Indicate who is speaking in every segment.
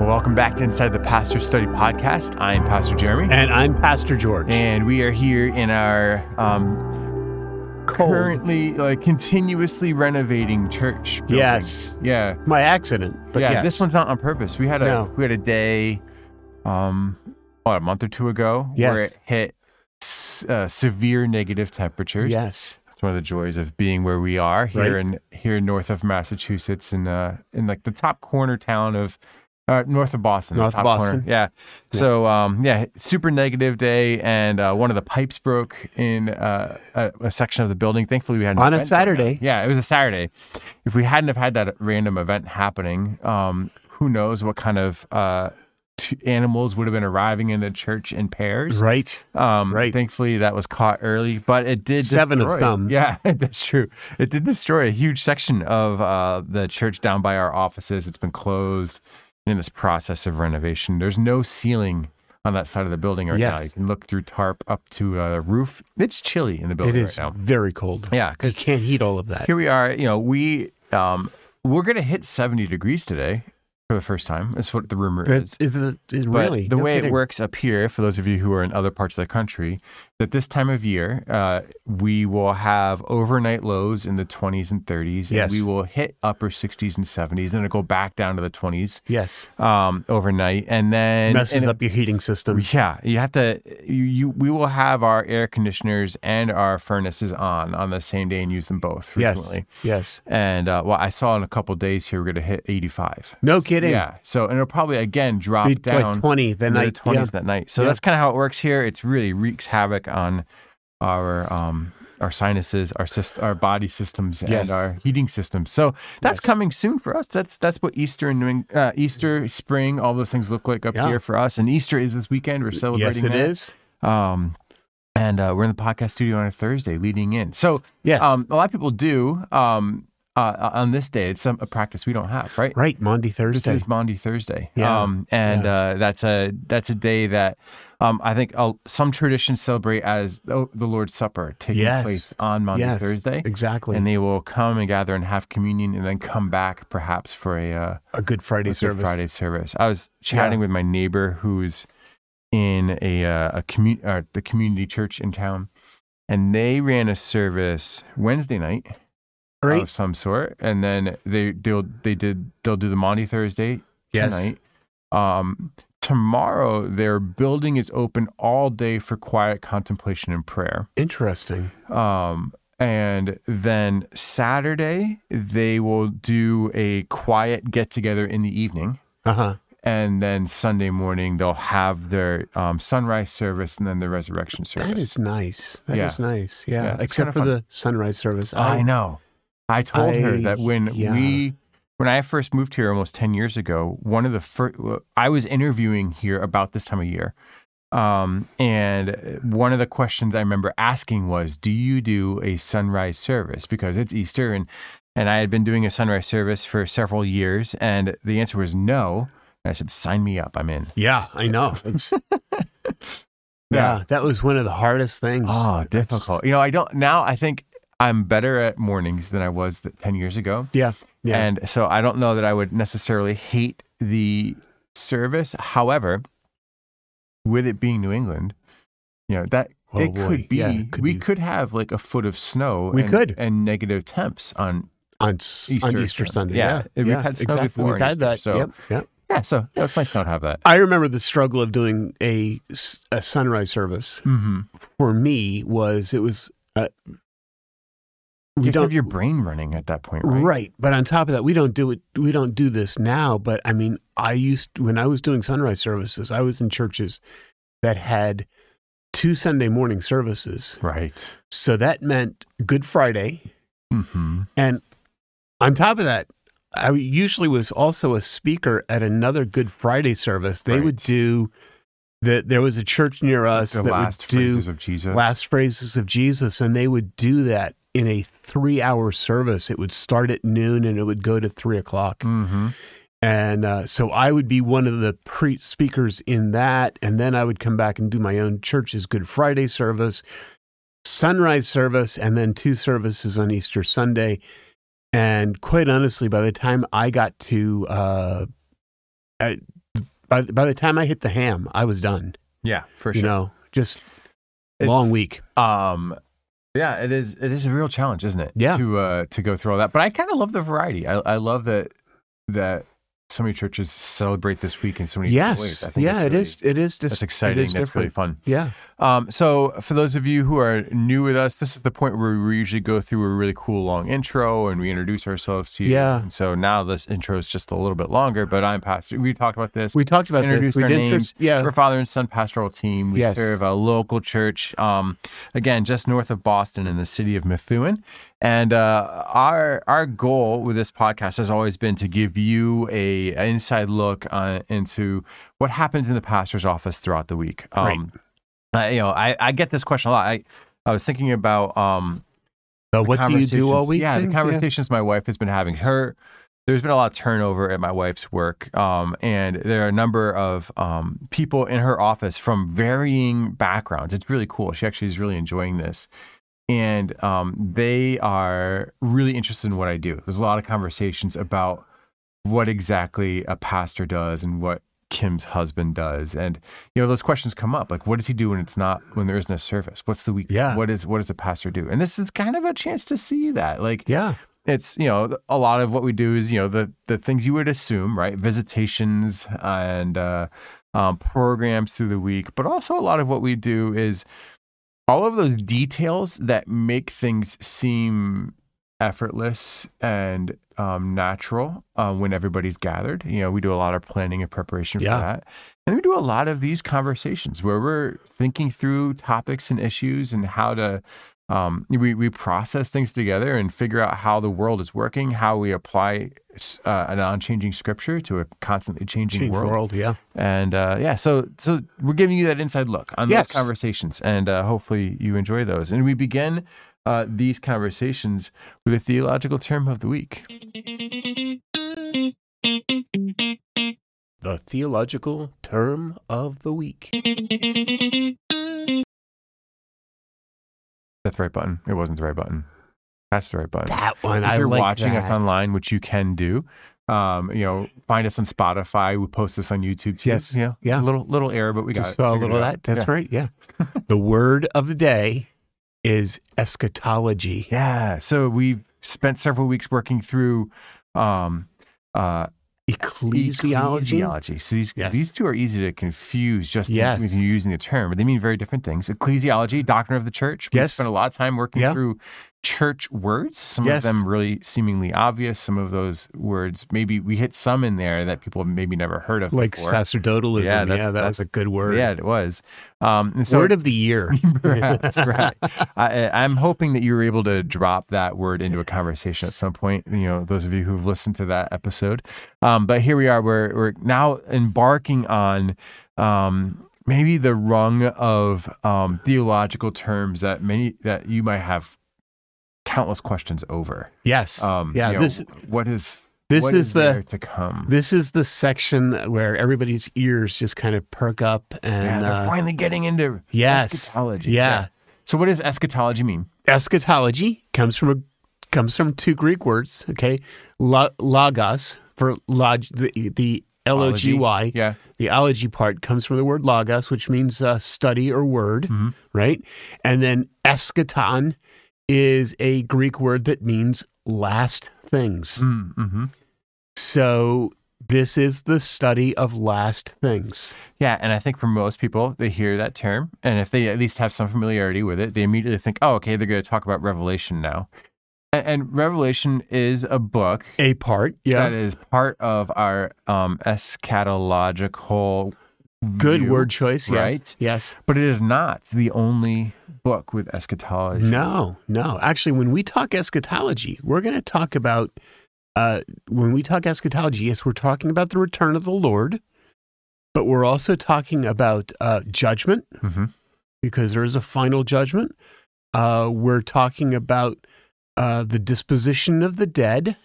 Speaker 1: welcome back to Inside the Pastor Study Podcast. I'm Pastor Jeremy,
Speaker 2: And I'm Pastor George.
Speaker 1: and we are here in our um,
Speaker 2: Cold.
Speaker 1: currently like continuously renovating church. building.
Speaker 2: Yes.
Speaker 1: yeah,
Speaker 2: My accident. But
Speaker 1: yeah.
Speaker 2: yes.
Speaker 1: This one's not on purpose. We had a
Speaker 2: No.
Speaker 1: we had a day, um, what, a month or two ago,
Speaker 2: Yes.
Speaker 1: where it hit s- uh, severe negative temperatures.
Speaker 2: Yes.
Speaker 1: It's one of the joys of being where we are here
Speaker 2: Right.
Speaker 1: in here north of Massachusetts in uh in like the top corner town of uh, north of Boston. the
Speaker 2: North of
Speaker 1: top Corner.
Speaker 2: Boston.
Speaker 1: Yeah. So um yeah, super negative day and uh, one of the pipes broke in uh, a, a section of the building. Thankfully we had an
Speaker 2: On a
Speaker 1: event going on.
Speaker 2: Saturday.
Speaker 1: Yeah, it was a Saturday. If we hadn't have had that random event happening, um who knows what kind of uh t- animals would have been arriving in the church in pairs.
Speaker 2: Right.
Speaker 1: Um,
Speaker 2: Right.
Speaker 1: Thankfully, that was caught early, but it did
Speaker 2: Seven of
Speaker 1: destroy-
Speaker 2: them.
Speaker 1: Yeah, that's true. It did destroy a huge section of uh, the church down by our offices. It's been closed in this process of renovation. There's no ceiling on that side of the building right now.
Speaker 2: Yes.
Speaker 1: You can look through tarp up to a roof. It's chilly in the
Speaker 2: It
Speaker 1: building
Speaker 2: is
Speaker 1: right now.
Speaker 2: very cold.
Speaker 1: Yeah,
Speaker 2: You
Speaker 1: because
Speaker 2: can't heat all of that.
Speaker 1: here we are. You know, we um, we're gonna hit 70 degrees today for the first time. That's what the rumor is.
Speaker 2: That's, is it, it
Speaker 1: But
Speaker 2: really?
Speaker 1: the
Speaker 2: No
Speaker 1: way
Speaker 2: kidding.
Speaker 1: it works up here, for those of you who are in other parts of the country, that this time of year, uh, we will have overnight lows in the 20s and 30s, and
Speaker 2: Yes.
Speaker 1: we will hit upper 60s and 70s, and it'll go back down to the 20s
Speaker 2: Yes.
Speaker 1: um, overnight, and then
Speaker 2: Messes
Speaker 1: and-
Speaker 2: up your heating system.
Speaker 1: Yeah, you have to. You, you we will have our air conditioners and our furnaces on on the same day and use them both
Speaker 2: Yes.
Speaker 1: frequently.
Speaker 2: Yes.
Speaker 1: And uh, well, I saw in a couple days here we're going to hit 85.
Speaker 2: No kidding.
Speaker 1: Yeah. So, and it'll probably again drop
Speaker 2: Be
Speaker 1: down
Speaker 2: like 20 the
Speaker 1: in the
Speaker 2: night.
Speaker 1: 20s that night. So
Speaker 2: Yeah.
Speaker 1: that's kind of how it works here. It's really wreaks havoc on our um our sinuses, our syst- our body systems, and
Speaker 2: Yes.
Speaker 1: our heating systems. So that's coming soon for us. That's that's what Easter and New Eng- uh, Easter, spring, all those things look like up
Speaker 2: Yeah.
Speaker 1: here for us. And Easter is this weekend. We're
Speaker 2: Yeah. Yes,
Speaker 1: celebrating.
Speaker 2: it
Speaker 1: that.
Speaker 2: is.
Speaker 1: Um, and uh, we're in the podcast studio on a Thursday, leading in. So
Speaker 2: Yes.
Speaker 1: um, a lot of people do um uh, on this day. It's some, a practice we don't have, right?
Speaker 2: right. Monday,
Speaker 1: This
Speaker 2: Thursday.
Speaker 1: is Maundy Thursday.
Speaker 2: Yeah.
Speaker 1: Um, and
Speaker 2: Yeah.
Speaker 1: uh, that's a that's a day that um, I think uh, some traditions celebrate as the, the Lord's Supper taking
Speaker 2: Yes.
Speaker 1: place on Maundy
Speaker 2: Yes.
Speaker 1: Thursday.
Speaker 2: Exactly.
Speaker 1: And they will come and gather and have communion and then come back perhaps for a uh,
Speaker 2: a Good Friday
Speaker 1: Good
Speaker 2: service.
Speaker 1: Friday service. I was chatting with my neighbor who's in a uh, a commu- uh, the community church in town, and they ran a service Wednesday night
Speaker 2: Right.
Speaker 1: of some sort, and then they they'll they did they'll do the Monty Thursday
Speaker 2: Yes.
Speaker 1: tonight. Um, tomorrow their building is open all day for quiet contemplation and prayer.
Speaker 2: Interesting.
Speaker 1: Um, and then Saturday they will do a quiet get together in the evening
Speaker 2: Uh huh.
Speaker 1: and then Sunday morning they'll have their um, sunrise service and then the resurrection service.
Speaker 2: That is nice. That is
Speaker 1: Yeah.
Speaker 2: nice. Yeah.
Speaker 1: Yeah, it's kinda
Speaker 2: Except for
Speaker 1: fun.
Speaker 2: the sunrise service.
Speaker 1: I know. I told her
Speaker 2: I-
Speaker 1: that when
Speaker 2: yeah.
Speaker 1: we when I first moved here almost 10 years ago, one of the first I was interviewing here about this time of year. Um, and one of the questions I remember asking was, "Do you do a sunrise service because it's Easter and and I had been doing a sunrise service for several years and the answer was no. And I said, "Sign me up. I'm in."
Speaker 2: Yeah, I know. It's,
Speaker 1: Yeah.
Speaker 2: yeah. that was one of the hardest things.
Speaker 1: Oh,
Speaker 2: That's-
Speaker 1: difficult. You know, I don't now. I think I'm better at mornings than I was th- ten years ago,
Speaker 2: Yeah, yeah,
Speaker 1: and so I don't know that I would necessarily hate the service. However, with it being New England, you know that
Speaker 2: Oh,
Speaker 1: it
Speaker 2: boy.
Speaker 1: could be
Speaker 2: Yeah, it could
Speaker 1: we
Speaker 2: be.
Speaker 1: could have like a foot of snow.
Speaker 2: We
Speaker 1: and,
Speaker 2: could.
Speaker 1: and negative temps on
Speaker 2: on, s- on
Speaker 1: Easter
Speaker 2: Easter,
Speaker 1: Sunday.
Speaker 2: Sunday.
Speaker 1: Yeah,
Speaker 2: Yeah,
Speaker 1: we've
Speaker 2: yeah,
Speaker 1: had snow
Speaker 2: exactly.
Speaker 1: before
Speaker 2: We've
Speaker 1: on
Speaker 2: had
Speaker 1: Easter,
Speaker 2: that.
Speaker 1: so-
Speaker 2: Yep, yep.
Speaker 1: yeah. So you know, it's nice to not have that.
Speaker 2: I remember the struggle of doing a, s- a sunrise service
Speaker 1: Mm-hmm.
Speaker 2: for me was it was uh,
Speaker 1: You, have
Speaker 2: we
Speaker 1: to
Speaker 2: don't
Speaker 1: have your brain running at that point, right?
Speaker 2: right? but on top of that we don't do it we don't do this now but i mean i used when i was doing sunrise services i was in churches that had two sunday morning services
Speaker 1: Right.
Speaker 2: so that meant good friday
Speaker 1: Mm-hmm.
Speaker 2: And on top of that, I usually was also a speaker at another Good Friday service. They would
Speaker 1: Right.
Speaker 2: do that. There was a church near us
Speaker 1: The
Speaker 2: that
Speaker 1: last
Speaker 2: would do
Speaker 1: phrases of Jesus.
Speaker 2: last phrases of Jesus, and they would do that in a three-hour service. It would start at noon and it would go to three o'clock.
Speaker 1: Mm-hmm.
Speaker 2: And uh, so I would be one of the pre speakers in that. And then I would come back and do my own church's Good Friday service, sunrise service, and then two services on Easter Sunday. And quite honestly, by the time I got to uh, uh, by, by the time I hit the ham, I was done.
Speaker 1: Yeah, for
Speaker 2: You
Speaker 1: sure.
Speaker 2: know, just
Speaker 1: It's-
Speaker 2: long week.
Speaker 1: Um, yeah, it is. It is a real challenge, isn't it?
Speaker 2: Yeah.
Speaker 1: To uh, to go through all that, but I kind of love the variety. I, I love that that so many churches celebrate this week in so many different ways.
Speaker 2: Yes.
Speaker 1: I think
Speaker 2: Yeah,
Speaker 1: that's
Speaker 2: it
Speaker 1: really-
Speaker 2: is. It is just
Speaker 1: That's exciting.
Speaker 2: It is
Speaker 1: that's really
Speaker 2: different.
Speaker 1: fun.
Speaker 2: Yeah.
Speaker 1: Um, so, for those of you who are new with us, this is the point where we usually go through a really cool long intro and we introduce ourselves to you.
Speaker 2: Yeah.
Speaker 1: And so now this intro is just a little bit longer, but I'm Pastor. We talked about this.
Speaker 2: We talked about
Speaker 1: introduced
Speaker 2: this. We
Speaker 1: our
Speaker 2: did
Speaker 1: names.
Speaker 2: first- yeah.
Speaker 1: We're father and son pastoral team. We
Speaker 2: Yes.
Speaker 1: serve a local church, um, again, just north of Boston in the city of Methuen. And uh, our our goal with this podcast has always been to give you a an inside look uh, into what happens in the pastor's office throughout the week. Um,
Speaker 2: Right.
Speaker 1: I- you know, I, I get this question a lot. I, I was thinking about um,
Speaker 2: The what do you do all
Speaker 1: conversations-
Speaker 2: week?
Speaker 1: Yeah,
Speaker 2: thing?
Speaker 1: the conversations my wife has been having. Her there's been a lot of turnover at my wife's work, um, and there are a number of um, people in her office from varying backgrounds. It's really cool. She actually is really enjoying this, and um, they are really interested in what I do. There's a lot of conversations about what exactly a pastor does and what Kim's husband does, and you know those questions come up. Like, what does he do when it's not when there isn't a service? What's the week?
Speaker 2: Yeah.
Speaker 1: What is what does a pastor do? And this is kind of a chance to see that. Like,
Speaker 2: Yeah.
Speaker 1: it's you know a lot of what we do is you know the the things you would assume right visitations and uh, um, programs through the week but also a lot of what we do is all of those details that make things seem effortless and um, natural um, when everybody's gathered you know we do a lot of planning and preparation
Speaker 2: Yeah.
Speaker 1: for that and we do a lot of these conversations where we're thinking through topics and issues and how to um, we, we process things together and figure out how the world is working, how we apply s- uh, an unchanging scripture to a constantly changing
Speaker 2: Change
Speaker 1: world.
Speaker 2: world. Yeah.
Speaker 1: And uh, yeah, so so we're giving you that inside look on
Speaker 2: Yes.
Speaker 1: those conversations, and uh, hopefully you enjoy those. And we begin uh, these conversations with a theological term of the week.
Speaker 2: The theological term of the week.
Speaker 1: That's the right button. It wasn't the right button. That's the right button.
Speaker 2: That one.
Speaker 1: if
Speaker 2: I
Speaker 1: you're
Speaker 2: like
Speaker 1: watching
Speaker 2: that.
Speaker 1: us online, which you can do, um, you know, find us on Spotify. We post this on YouTube too.
Speaker 2: Yes.
Speaker 1: Yeah.
Speaker 2: Yeah.
Speaker 1: A little little error, but we got
Speaker 2: Just
Speaker 1: it
Speaker 2: saw a
Speaker 1: figured
Speaker 2: little of
Speaker 1: out.
Speaker 2: that. That's
Speaker 1: yeah.
Speaker 2: right. Yeah. the word of the day is eschatology.
Speaker 1: Yeah. So we spent several weeks working through um uh
Speaker 2: Ecclesiology.
Speaker 1: ecclesiology. So these
Speaker 2: Yes.
Speaker 1: these two are easy to confuse just
Speaker 2: Yes.
Speaker 1: with you using the term, but they mean very different things. Ecclesiology, doctrine of the church. We
Speaker 2: Yes.
Speaker 1: spent a lot of time working
Speaker 2: Yeah.
Speaker 1: through church words. Some
Speaker 2: Yes.
Speaker 1: of them really seemingly obvious. Some of those words maybe we hit some in there that people have maybe never heard of
Speaker 2: Like
Speaker 1: before.
Speaker 2: sacerdotalism.
Speaker 1: Yeah,
Speaker 2: Yeah,
Speaker 1: that's-
Speaker 2: that was
Speaker 1: that's-
Speaker 2: a good word.
Speaker 1: Yeah, it was. Um, and so
Speaker 2: word of the year.
Speaker 1: Perhaps, right. I, I- I'm hoping that you were able to drop that word into a conversation at some point. You know, those of you who've listened to that episode. Um, but here we are. We're we're now embarking on um, maybe the rung of um, theological terms that many that you might have countless questions over.
Speaker 2: Yes.
Speaker 1: Um,
Speaker 2: yeah.
Speaker 1: you know,
Speaker 2: This
Speaker 1: what is
Speaker 2: this
Speaker 1: what
Speaker 2: is the
Speaker 1: there to come.
Speaker 2: this is the section where everybody's ears just kind of perk up
Speaker 1: yeah,
Speaker 2: and
Speaker 1: they're
Speaker 2: uh,
Speaker 1: finally getting into
Speaker 2: yes.
Speaker 1: eschatology.
Speaker 2: yeah.
Speaker 1: So, what does eschatology mean?
Speaker 2: eschatology comes from a comes from two Greek words. Okay, Lo- logos for log the the L O G Y.
Speaker 1: Yeah.
Speaker 2: The ology part comes from the word logos, which means uh, study or word,
Speaker 1: Mhm.
Speaker 2: right? And then eschaton is a Greek word that means last things.
Speaker 1: Mm, hmm
Speaker 2: mm-hmm. So this is the study of last things.
Speaker 1: Yeah, and I think for most people, they hear that term, and if they at least have some familiarity with it, they immediately think, "Oh, okay, they're going to talk about Revelation now." And, and Revelation is a book
Speaker 2: A part, yeah.
Speaker 1: that is part of our um, eschatological
Speaker 2: Good
Speaker 1: view,
Speaker 2: word choice, yes.
Speaker 1: right?
Speaker 2: Yes.
Speaker 1: but it is not the only book with eschatology.
Speaker 2: No, no. Actually, when we talk eschatology, we're going to talk about, uh, when we talk eschatology, yes, we're talking about the return of the Lord, but we're also talking about uh, judgment
Speaker 1: Mhm.
Speaker 2: because there is a final judgment. Uh, we're talking about uh, the disposition of the dead.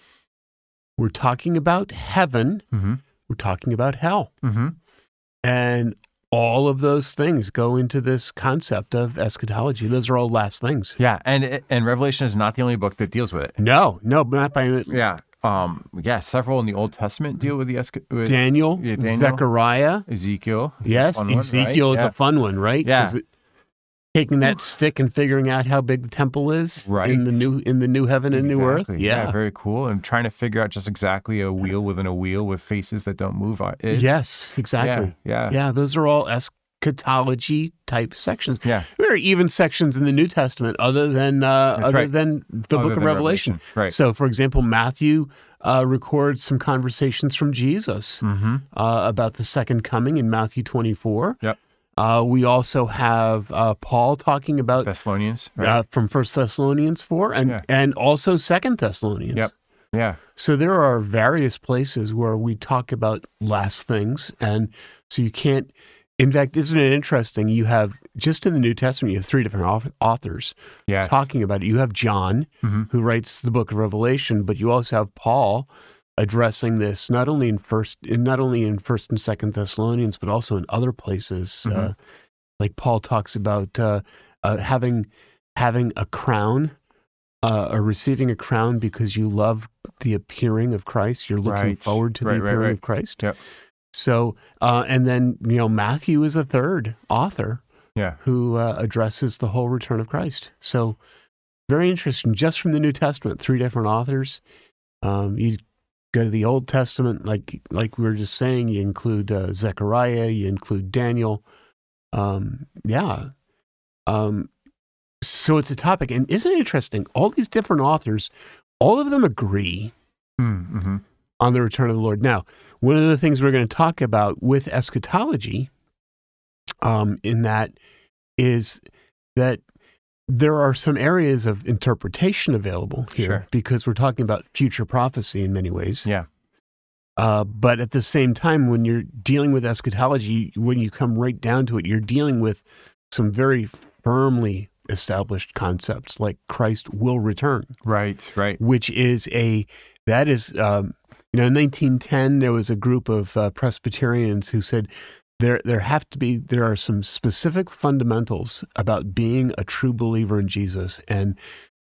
Speaker 2: We're talking about heaven.
Speaker 1: Mhm.
Speaker 2: We're talking about hell.
Speaker 1: Mhm.
Speaker 2: And all of those things go into this concept of eschatology. Those are all last things.
Speaker 1: Yeah, and and Revelation is not the only book that deals with it.
Speaker 2: No, no, not by
Speaker 1: Yeah, Um, yeah, several in the Old Testament deal with the esca- with
Speaker 2: Daniel,
Speaker 1: Yeah, Daniel.
Speaker 2: Zechariah.
Speaker 1: Ezekiel.
Speaker 2: Yes,
Speaker 1: Fun one, right?
Speaker 2: Ezekiel is
Speaker 1: Yeah.
Speaker 2: a fun one, right?
Speaker 1: Yeah.
Speaker 2: 'Cause it- taking that stick and figuring out how big the temple is
Speaker 1: Right.
Speaker 2: in the new in the new heaven and new earth.
Speaker 1: Exactly.
Speaker 2: Yeah.
Speaker 1: very cool. And trying to figure out just exactly a wheel within a wheel with faces that don't move uh, on it.
Speaker 2: Yes, exactly.
Speaker 1: Yeah.
Speaker 2: Yeah.
Speaker 1: Yeah.
Speaker 2: those are all eschatology type sections.
Speaker 1: Yeah.
Speaker 2: There are even sections in the New Testament other than uh,
Speaker 1: That's
Speaker 2: other
Speaker 1: right.
Speaker 2: than
Speaker 1: Other
Speaker 2: the book of
Speaker 1: than
Speaker 2: Revelation.
Speaker 1: Right.
Speaker 2: So, for example, Matthew uh, records some conversations from Jesus
Speaker 1: mm-hmm.
Speaker 2: uh, about the second coming in Matthew 24.
Speaker 1: Yep.
Speaker 2: Uh, we also have uh, Paul talking about
Speaker 1: Thessalonians. Right.
Speaker 2: uh, from First Thessalonians 4 and,
Speaker 1: Yeah.
Speaker 2: and also Second Thessalonians.
Speaker 1: Yep. yeah.
Speaker 2: So there are various places where we talk about last things. And so you can't, in fact, isn't it interesting? You have, just in the New Testament, you have three different auth- authors
Speaker 1: Yes.
Speaker 2: talking about it. You have John,
Speaker 1: Mhm.
Speaker 2: who writes the book of Revelation, but you also have Paul addressing this not only in first in not only in first and second Thessalonians, but also in other places. Uh,
Speaker 1: Mhm.
Speaker 2: like Paul talks about uh, uh, having having a crown uh, or receiving a crown because you love the appearing of Christ. You're looking
Speaker 1: Right.
Speaker 2: forward to
Speaker 1: Right,
Speaker 2: the
Speaker 1: right,
Speaker 2: appearing
Speaker 1: right.
Speaker 2: of Christ.
Speaker 1: Yep.
Speaker 2: So, uh, and then you know Matthew is a third author
Speaker 1: Yeah.
Speaker 2: who uh, addresses the whole return of Christ. So, very interesting. Just from the New Testament, three different authors. Um, you go to the Old Testament, like like we were just saying, you include uh, Zechariah, you include Daniel. Um, yeah. Um, so it's a topic, and isn't it interesting? All these different authors, all of them agree
Speaker 1: Mm-hmm.
Speaker 2: on the return of the Lord. Now, one of the things we're going to talk about with eschatology, um, in that, is that there are some areas of interpretation available here
Speaker 1: Sure.
Speaker 2: because we're talking about future prophecy in many ways.
Speaker 1: Yeah.
Speaker 2: Uh, but at the same time, when you're dealing with eschatology, when you come right down to it, you're dealing with some very firmly established concepts like Christ will return
Speaker 1: Right. Right.
Speaker 2: which is a that is um, you know in 1910 there was a group of uh, Presbyterians who said there there have to be there are some specific fundamentals about being a true believer in Jesus, and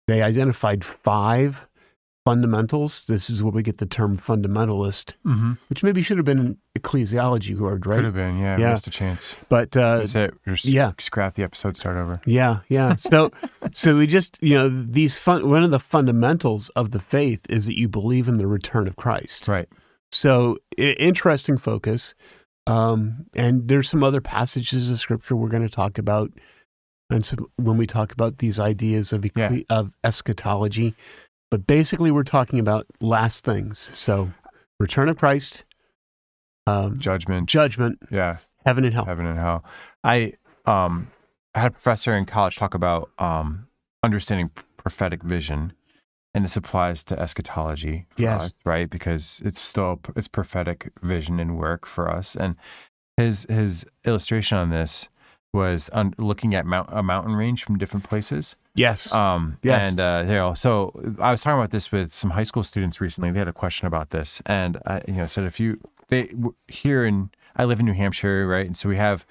Speaker 2: they identified five fundamentals. This is where we get the term fundamentalist,
Speaker 1: Mm-hmm.
Speaker 2: which maybe should have been an ecclesiology word,
Speaker 1: Could
Speaker 2: right?
Speaker 1: have been. Yeah.
Speaker 2: Yeah.
Speaker 1: Missed a chance.
Speaker 2: But uh,
Speaker 1: That's it. Just
Speaker 2: yeah.
Speaker 1: Scrap the episode. Start over.
Speaker 2: Yeah, yeah. So, so we just you know these fun. One of the fundamentals of the faith is that you believe in the return of Christ.
Speaker 1: Right.
Speaker 2: So i- interesting focus. Um, and there's some other passages of scripture we're going to talk about, and some, when we talk about these ideas of ecle- of eschatology, but basically we're talking about last things. So, return of Christ, um,
Speaker 1: Judgment.
Speaker 2: judgment,
Speaker 1: Yeah.
Speaker 2: heaven and hell.
Speaker 1: heaven and hell. I um I had a professor in college talk about um understanding prophetic vision, and this applies to eschatology. for
Speaker 2: Yes.
Speaker 1: us, right, because it's still it's prophetic vision and work for us. And his his illustration on this was on looking at mount, a mountain range from different places.
Speaker 2: Yes.
Speaker 1: Um,
Speaker 2: Yes.
Speaker 1: And uh, you know, so I was talking about this with some high school students recently. They had a question about this, and I, you know, said if you they w- here in I live in New Hampshire, right, and so we have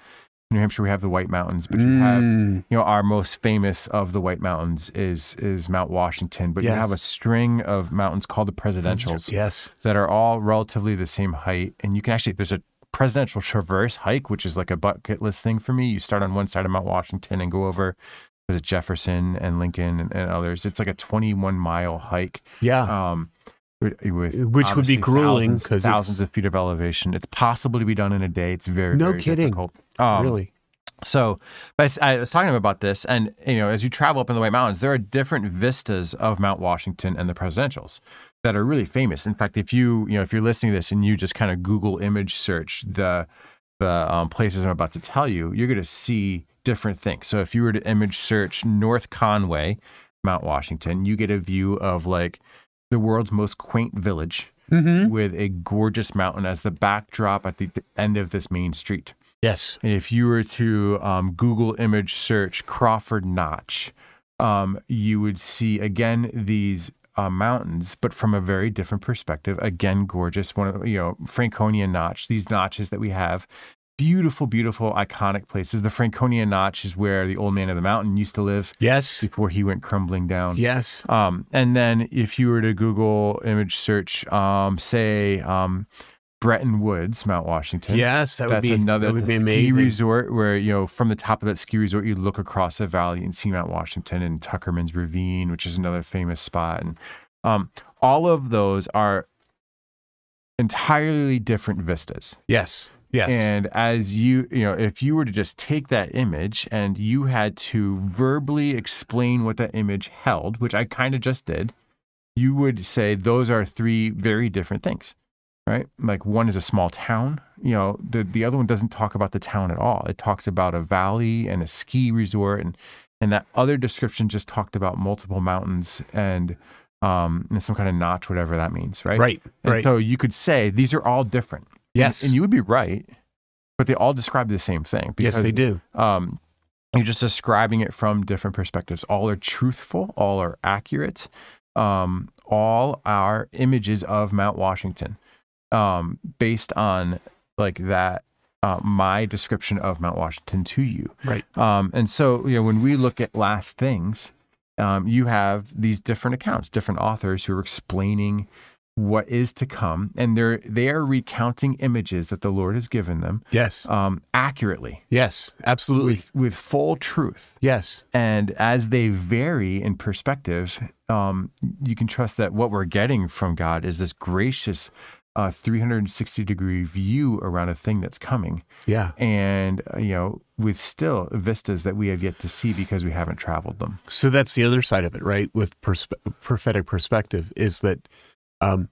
Speaker 1: in New Hampshire we have the White Mountains, but you have
Speaker 2: Mm,
Speaker 1: you know our most famous of the White Mountains is is Mount Washington, but you
Speaker 2: Yes.
Speaker 1: have a string of mountains called the Presidentials
Speaker 2: Yes.
Speaker 1: that are all relatively the same height. And you can actually, there's a presidential traverse hike, which is like a bucket list thing for me. You start on one side of Mount Washington and go over, was it Jefferson and Lincoln and, and others? It's like a 21 mile hike.
Speaker 2: Yeah.
Speaker 1: Um, with- with
Speaker 2: Ah. Which would be
Speaker 1: obviously
Speaker 2: grueling
Speaker 1: thousands-
Speaker 2: 'cause it's-
Speaker 1: thousands of feet of elevation. It's possible to be done in a day. It's very
Speaker 2: No
Speaker 1: very
Speaker 2: kidding.
Speaker 1: difficult. Um,
Speaker 2: really.
Speaker 1: so, but I s- I was talking to him about this, and you know, as you travel up in the White Mountains, there are different vistas of Mount Washington and the Presidentials that are really famous. In fact, if you you know if you're listening to this and you just kind of Google image search the the um, places I'm about to tell you, you're going to see different things. So, if you were to image search North Conway, Mount Washington, you get a view of like the world's most quaint village
Speaker 2: Mm-hmm.
Speaker 1: with a gorgeous mountain as the backdrop at the th- end of this main street.
Speaker 2: Yes.
Speaker 1: And if you were to um, Google image search Crawford Notch, um, you would see again these uh, mountains, but from a very different perspective. Again, gorgeous. One of you know Franconia Notch, these notches that we have, beautiful, beautiful, iconic places. The Franconia Notch is where the old man of the mountain used to live
Speaker 2: Yes.
Speaker 1: before he went crumbling down.
Speaker 2: Yes.
Speaker 1: Um, and then if you were to Google image search, um, say um, Bretton Woods, Mount Washington.
Speaker 2: Yes. That would
Speaker 1: That's
Speaker 2: be
Speaker 1: another
Speaker 2: That would
Speaker 1: that's a
Speaker 2: be
Speaker 1: ski
Speaker 2: amazing.
Speaker 1: resort where, you know, from the top of that ski resort, you look across a valley and see Mount Washington and Tuckerman's Ravine, which is another famous spot. And um, all of those are entirely different vistas.
Speaker 2: Yes. Yes.
Speaker 1: And as you, you know, if you were to just take that image and you had to verbally explain what that image held, which I kind of just did, you would say those are three very different things, right? Like one is a small town, you know, the, the other one doesn't talk about the town at all. It talks about a valley and a ski resort. And, and that other description just talked about multiple mountains and, um, and some kind of notch, whatever that means, right?
Speaker 2: right.
Speaker 1: And
Speaker 2: Right.
Speaker 1: so you could say these are all different. And-
Speaker 2: Yes.
Speaker 1: And, you would be right, but they all describe the same thing.
Speaker 2: yes, they do.
Speaker 1: Um, you're just describing it from different perspectives. All are truthful, all are accurate, um, all are images of Mount Washington um, based on like that. Uh, my description of Mount Washington to you,
Speaker 2: Right.
Speaker 1: um, and so you know when we look at last things, um, you have these different accounts, different authors who are explaining what is to come, and they're they are recounting images that the Lord has given them
Speaker 2: Yes.
Speaker 1: um, accurately
Speaker 2: Yes. Absolutely.
Speaker 1: with with full truth.
Speaker 2: Yes.
Speaker 1: And as they vary in perspective, um, you can trust that what we're getting from God is this gracious. uh 360 degree view around a thing that's coming,
Speaker 2: Yeah.
Speaker 1: and uh, you know, with still vistas that we have yet to see because we haven't traveled them.
Speaker 2: So that's the other side of it, right? With perspe- prophetic perspective, is that um,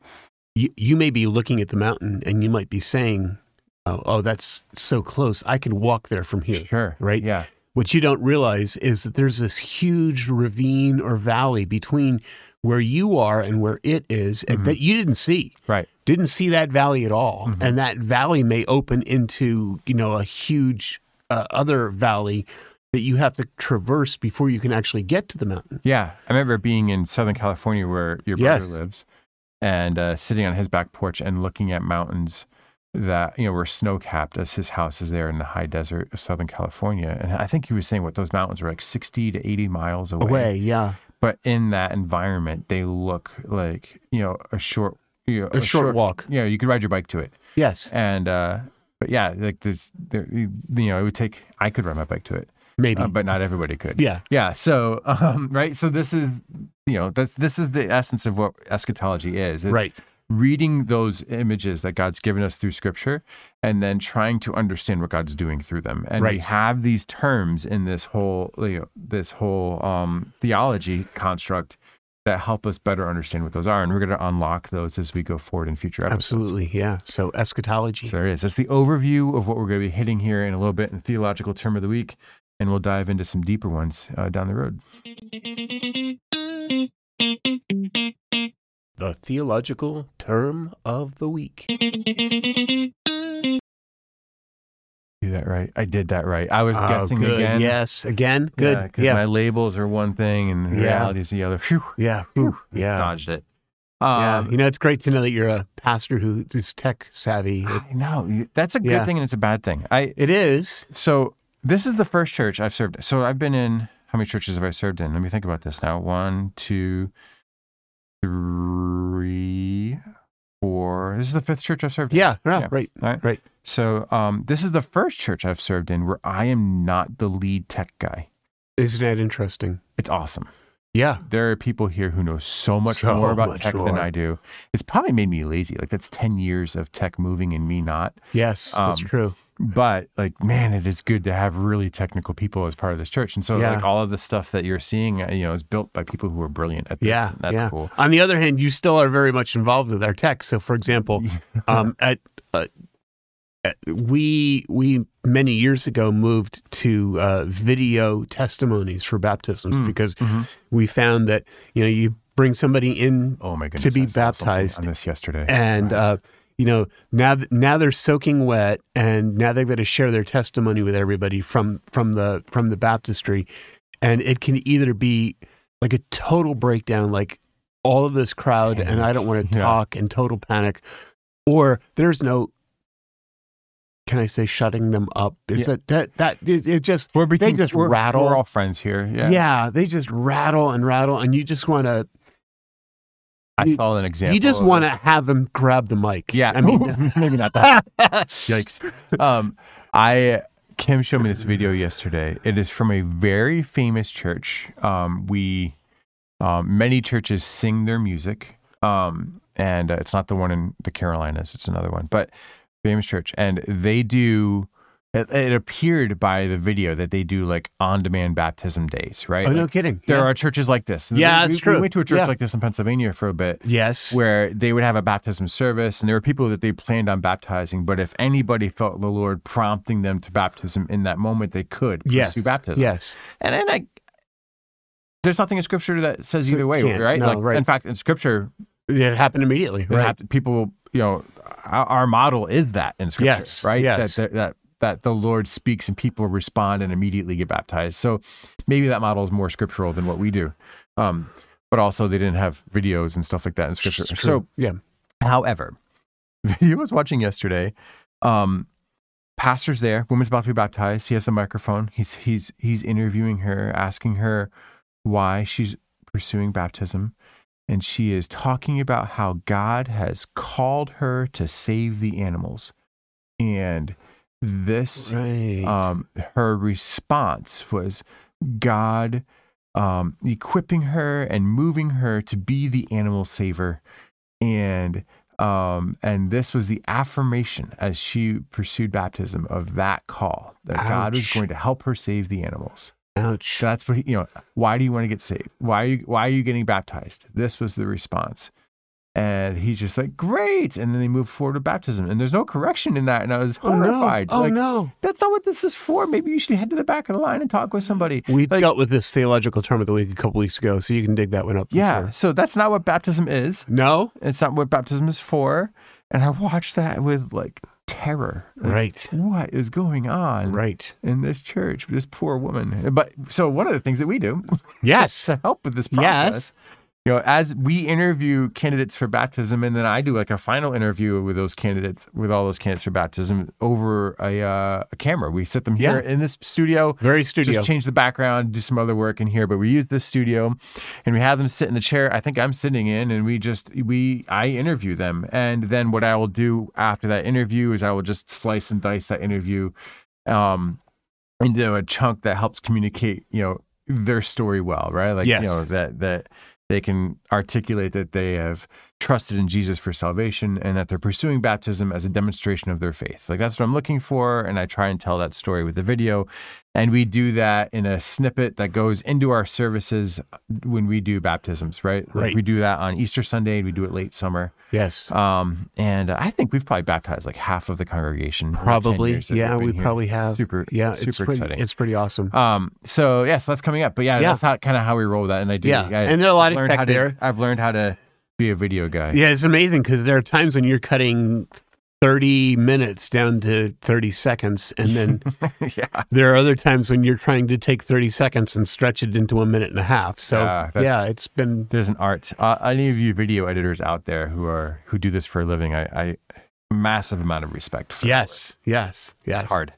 Speaker 2: you, you may be looking at the mountain and you might be saying, oh, oh, that's so close. I could walk there from here.
Speaker 1: Sure.
Speaker 2: Right?
Speaker 1: Yeah.
Speaker 2: What you don't realize is that there's this huge ravine or valley between where you are and where it is and
Speaker 1: Mm-hmm.
Speaker 2: that you didn't see.
Speaker 1: Right.
Speaker 2: Didn't see that valley at all.
Speaker 1: Mm-hmm.
Speaker 2: And that valley may open into, you know, a huge uh, other valley that you have to traverse before you can actually get to the mountain.
Speaker 1: Yeah. I remember being in Southern California where your brother
Speaker 2: Yes.
Speaker 1: lives and uh, sitting on his back porch and looking at mountains that, you know, were snow capped as his house is there in the high desert of Southern California. And I think he was saying what those mountains were like 60 to 80 miles away.
Speaker 2: Away, yeah.
Speaker 1: But in that environment, they look like, you know, a short, you know,
Speaker 2: A, short, walk.
Speaker 1: Yeah. You could ride your bike to it.
Speaker 2: Yes,
Speaker 1: And, uh, but yeah, like there's, there, you know, it would take, I could ride my bike to it,
Speaker 2: maybe.
Speaker 1: uh, but not everybody could.
Speaker 2: yeah.
Speaker 1: Yeah. So, um, right. So this is, you know, that's this is the essence of what eschatology is. is
Speaker 2: Right.
Speaker 1: Reading those images that God's given us through Scripture, and then trying to understand what God's doing through them. And we
Speaker 2: Right.
Speaker 1: have these terms in this whole, you know, this whole um, theology construct that help us better understand what those are. And we're going to unlock those as we go forward in future episodes.
Speaker 2: Absolutely. Yeah. So eschatology.
Speaker 1: So there it is. That's the overview of what we're going to be hitting here in a little bit in theological term of the week, and we'll dive into some deeper ones uh, down the road.
Speaker 2: The theological term of the week.
Speaker 1: Do that right. I did that right. I was
Speaker 2: Oh,
Speaker 1: guessing
Speaker 2: good.
Speaker 1: again.
Speaker 2: Yes. Again. Good.
Speaker 1: 'cause
Speaker 2: Yeah.
Speaker 1: My labels are one thing and
Speaker 2: Yeah.
Speaker 1: reality is the other. Phew.
Speaker 2: Yeah. Ooh, yeah.
Speaker 1: Dodged it.
Speaker 2: yeah.
Speaker 1: Um,
Speaker 2: You know, it's great to know that you're a pastor who is tech savvy.
Speaker 1: I know. You- That's a good
Speaker 2: Yeah.
Speaker 1: thing and it's a bad thing. I
Speaker 2: It is.
Speaker 1: so this is the first church I've served. So I've been in how many churches have I served in? Let me think about this now. One, two, three, four. This is the fifth church I've served in.
Speaker 2: Yeah. yeah,
Speaker 1: Yeah.
Speaker 2: Right.
Speaker 1: So um, this is the first church I've served in where I am not the lead tech guy.
Speaker 2: Isn't that interesting?
Speaker 1: It's awesome.
Speaker 2: Yeah.
Speaker 1: There are people here who know so much
Speaker 2: So
Speaker 1: more about
Speaker 2: much
Speaker 1: tech than
Speaker 2: more.
Speaker 1: I do. It's probably made me lazy. Like that's 10 years of tech moving and me not.
Speaker 2: Yes. that's
Speaker 1: Um,
Speaker 2: true.
Speaker 1: But like, man, it is good to have really technical people as part of this church. And so
Speaker 2: Yeah.
Speaker 1: like all of the stuff that you're seeing, uh, you know, is built by people who are brilliant at this.
Speaker 2: Yeah.
Speaker 1: And that's
Speaker 2: yeah.
Speaker 1: cool.
Speaker 2: On the other hand, you still are very much involved with our tech. So, for example, um, at, uh, at- we we many years ago moved to uh, video testimonies for baptisms
Speaker 1: Mm,
Speaker 2: because
Speaker 1: mhm.
Speaker 2: we found that you know you bring somebody in
Speaker 1: Oh my goodness.
Speaker 2: be
Speaker 1: I saw something
Speaker 2: baptized
Speaker 1: on this yesterday.
Speaker 2: and uh, you know now th- now they're soaking wet and now they've got to share their testimony with everybody from from the from the baptistry and it can either be like a total breakdown like all of this crowd and I don't want to
Speaker 1: Yeah.
Speaker 2: talk and total panic or there's no can I say shutting them up? Is
Speaker 1: Yeah.
Speaker 2: that that that it, it just
Speaker 1: We're became,
Speaker 2: just
Speaker 1: we're,
Speaker 2: rattle.
Speaker 1: We're all friends here. Yeah.
Speaker 2: yeah. they just rattle and rattle, and you just want to
Speaker 1: I
Speaker 2: You-
Speaker 1: saw an example.
Speaker 2: you just
Speaker 1: of
Speaker 2: want to
Speaker 1: it.
Speaker 2: have them grab the mic.
Speaker 1: Yeah.
Speaker 2: I mean,
Speaker 1: maybe not that. Yikes. Um, I Kim showed me this video yesterday. It is from a very famous church. Um, we um, many churches sing their music, um, and uh, it's not the one in the Carolinas. It's another one, but famous church, and they do. It, it appeared by the video that they do like on-demand baptism days, right?
Speaker 2: oh no
Speaker 1: Like,
Speaker 2: kidding.
Speaker 1: there
Speaker 2: yeah.
Speaker 1: are churches like this.
Speaker 2: Yeah,
Speaker 1: we,
Speaker 2: it's
Speaker 1: we
Speaker 2: true.
Speaker 1: went to a church
Speaker 2: Yeah.
Speaker 1: like this in Pennsylvania for a bit,
Speaker 2: yes.
Speaker 1: where they would have a baptism service and there were people that they planned on baptizing but if anybody felt the lord prompting them to baptism in that moment they could pursue
Speaker 2: yes.
Speaker 1: baptism
Speaker 2: Yes.
Speaker 1: and then i there's nothing in scripture that says
Speaker 2: So
Speaker 1: either way
Speaker 2: can't.
Speaker 1: right
Speaker 2: No,
Speaker 1: like
Speaker 2: right.
Speaker 1: in fact in scripture
Speaker 2: It happened immediately.
Speaker 1: it
Speaker 2: Right.
Speaker 1: hap- people you know our, our model is that in scripture
Speaker 2: Yes,
Speaker 1: right
Speaker 2: yes.
Speaker 1: that that that the lord speaks and people respond and immediately get baptized so maybe that model is more scriptural than what we do um but also they didn't have videos and stuff like that in scripture
Speaker 2: It's
Speaker 1: so
Speaker 2: true. yeah.
Speaker 1: However, video I was watching yesterday. Um, pastor's there. Woman's about to be baptized. He has the microphone. He's he's he's interviewing her, asking her why she's pursuing baptism, and she is talking about how God has called her to save the animals, and this
Speaker 2: Right.
Speaker 1: um, her response was God um, equipping her and moving her to be the animal saver, and um, and this was the affirmation as she pursued baptism of that call that God was
Speaker 2: Ouch.
Speaker 1: going to help her save the animals.
Speaker 2: Ouch.
Speaker 1: So that's what he, you know. Why do you want to get saved? Why are you Why are you getting baptized? This was the response, and he's just like, "Great!" And then they move forward to baptism, and there's no correction in that, and I was
Speaker 2: Oh no.
Speaker 1: horrified.
Speaker 2: Oh
Speaker 1: Like,
Speaker 2: no.
Speaker 1: that's not what this is for. Maybe you should head to the back of the line and talk with somebody.
Speaker 2: We
Speaker 1: like-
Speaker 2: dealt with this theological term of the week a couple weeks ago, so you can dig that one up. for
Speaker 1: Yeah.
Speaker 2: sure.
Speaker 1: So that's not what baptism is.
Speaker 2: No.
Speaker 1: It's not what baptism is for. And I watched that with like terror. Like,
Speaker 2: Right.
Speaker 1: What is going on
Speaker 2: Right.
Speaker 1: in this church? This poor woman. But so one of the things that we do
Speaker 2: Yes.
Speaker 1: to help with this
Speaker 2: yes.
Speaker 1: process, you know, as we interview candidates for baptism, and then I do like a final interview with those candidates, with all those candidates for baptism over a, uh, a camera. We set them here
Speaker 2: Yeah.
Speaker 1: in this studio.
Speaker 2: Very studio.
Speaker 1: Just change the background, do some other work in here. But we use this studio, and we have them sit in the chair. I think I'm sitting in, and we just we I interview them, and then what I will do after that interview is I will just slice and dice that interview um, into a chunk that helps communicate, you know, their story well, right? Like
Speaker 2: Yes.
Speaker 1: you know that that they can articulate that they have trusted in Jesus for salvation and that they're pursuing baptism as a demonstration of their faith. Like that's what I'm looking for and I try and tell that story with the video and we do that in a snippet that goes into our services uh, when we do baptisms, right? Like,
Speaker 2: Right.
Speaker 1: we do that on Easter Sunday, we do it late summer.
Speaker 2: yes.
Speaker 1: Um, and I think we've probably baptized like half of the congregation. in the 10
Speaker 2: Probably.
Speaker 1: years that
Speaker 2: Yeah,
Speaker 1: we've been
Speaker 2: we
Speaker 1: here.
Speaker 2: probably
Speaker 1: It's
Speaker 2: have.
Speaker 1: Super,
Speaker 2: yeah,
Speaker 1: super
Speaker 2: it's pretty,
Speaker 1: exciting.
Speaker 2: It's pretty awesome.
Speaker 1: um, so yeah, so that's coming up. But yeah,
Speaker 2: Yeah.
Speaker 1: that's how, kind of how we roll that. And I do.
Speaker 2: yeah,
Speaker 1: I,
Speaker 2: and there are a lot of
Speaker 1: learned how
Speaker 2: tech
Speaker 1: to-
Speaker 2: there.
Speaker 1: I've learned how to be a video guy.
Speaker 2: Yeah, it's amazing because there are times when you're cutting 30 minutes down to 30 seconds, and then
Speaker 1: yeah.
Speaker 2: there are other times when you're trying to take 30 seconds and stretch it into a minute and a half. So
Speaker 1: Yeah, that's-
Speaker 2: yeah, it's been
Speaker 1: There's an art. Uh, any of you video editors out there who are who do this for a living, I, I massive amount of respect. For
Speaker 2: yes, yes, yes.
Speaker 1: It's hard.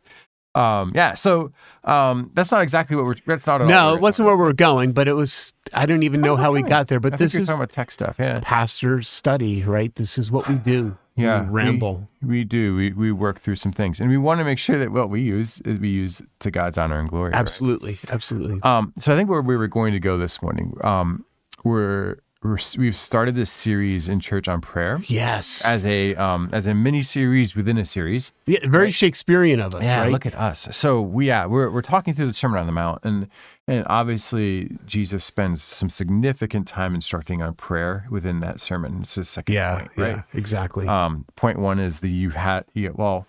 Speaker 1: Um, yeah. So um, that's not exactly what we're. That's not. at all
Speaker 2: No,
Speaker 1: what
Speaker 2: it wasn't where we're going, but it was. I don't even know
Speaker 1: where
Speaker 2: how
Speaker 1: we're
Speaker 2: we
Speaker 1: going.
Speaker 2: got there, but
Speaker 1: I
Speaker 2: this
Speaker 1: think you're
Speaker 2: is
Speaker 1: talking about tech stuff. Yeah.
Speaker 2: pastor study, right? This is what we do. We
Speaker 1: Yeah, we-
Speaker 2: ramble.
Speaker 1: We do. We, we work through some things, and we want to make sure that what we use is we use to God's honor and glory. right?
Speaker 2: absolutely, absolutely.
Speaker 1: Um, so I think where we were going to go this morning, um, we're, we're we've started this series in church on prayer
Speaker 2: Yes,
Speaker 1: as a um, as a mini series within a series.
Speaker 2: yeah, very Shakespearean of us, right?
Speaker 1: look at us. So we yeah, we're we're talking through the Sermon on the Mount, and and obviously Jesus spends some significant time instructing on prayer within that sermon. It's his second
Speaker 2: yeah,
Speaker 1: point, right?
Speaker 2: yeah, exactly.
Speaker 1: Um, point one is the you've had yeah, well,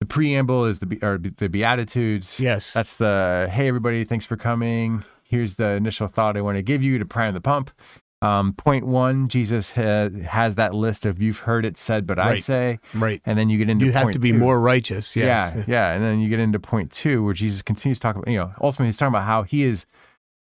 Speaker 1: the preamble is the be- or the beatitudes.
Speaker 2: yes,
Speaker 1: That's the hey everybody, thanks for coming. Here's the initial thought I want to give you to prime the pump. Um, point one, Jesus ha- has that list of you've heard it said, but I
Speaker 2: Right.
Speaker 1: say,
Speaker 2: right.
Speaker 1: and then you get into
Speaker 2: You have
Speaker 1: point
Speaker 2: to be
Speaker 1: two.
Speaker 2: more righteous. Yes.
Speaker 1: yeah, yeah, and then you get into point two where Jesus continues to talk about you know ultimately he's talking about how he is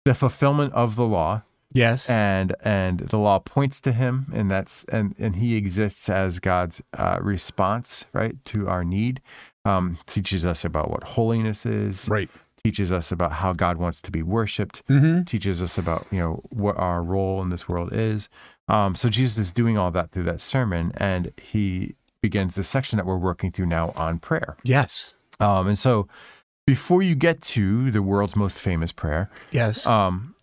Speaker 1: the fulfillment of the law
Speaker 2: Yes.
Speaker 1: and and the law points to him and that's and and he exists as God's uh, response right to our need um, teaches us about what holiness is,
Speaker 2: Right.
Speaker 1: teaches us about how God wants to be worshipped,
Speaker 2: Mm-hmm.
Speaker 1: teaches us about you know what our role in this world is. Um, so Jesus is doing all that through that sermon, and he begins the section that we're working through now on prayer.
Speaker 2: Yes.
Speaker 1: Um, and so, before you get to the world's most famous prayer,
Speaker 2: Yes.
Speaker 1: um,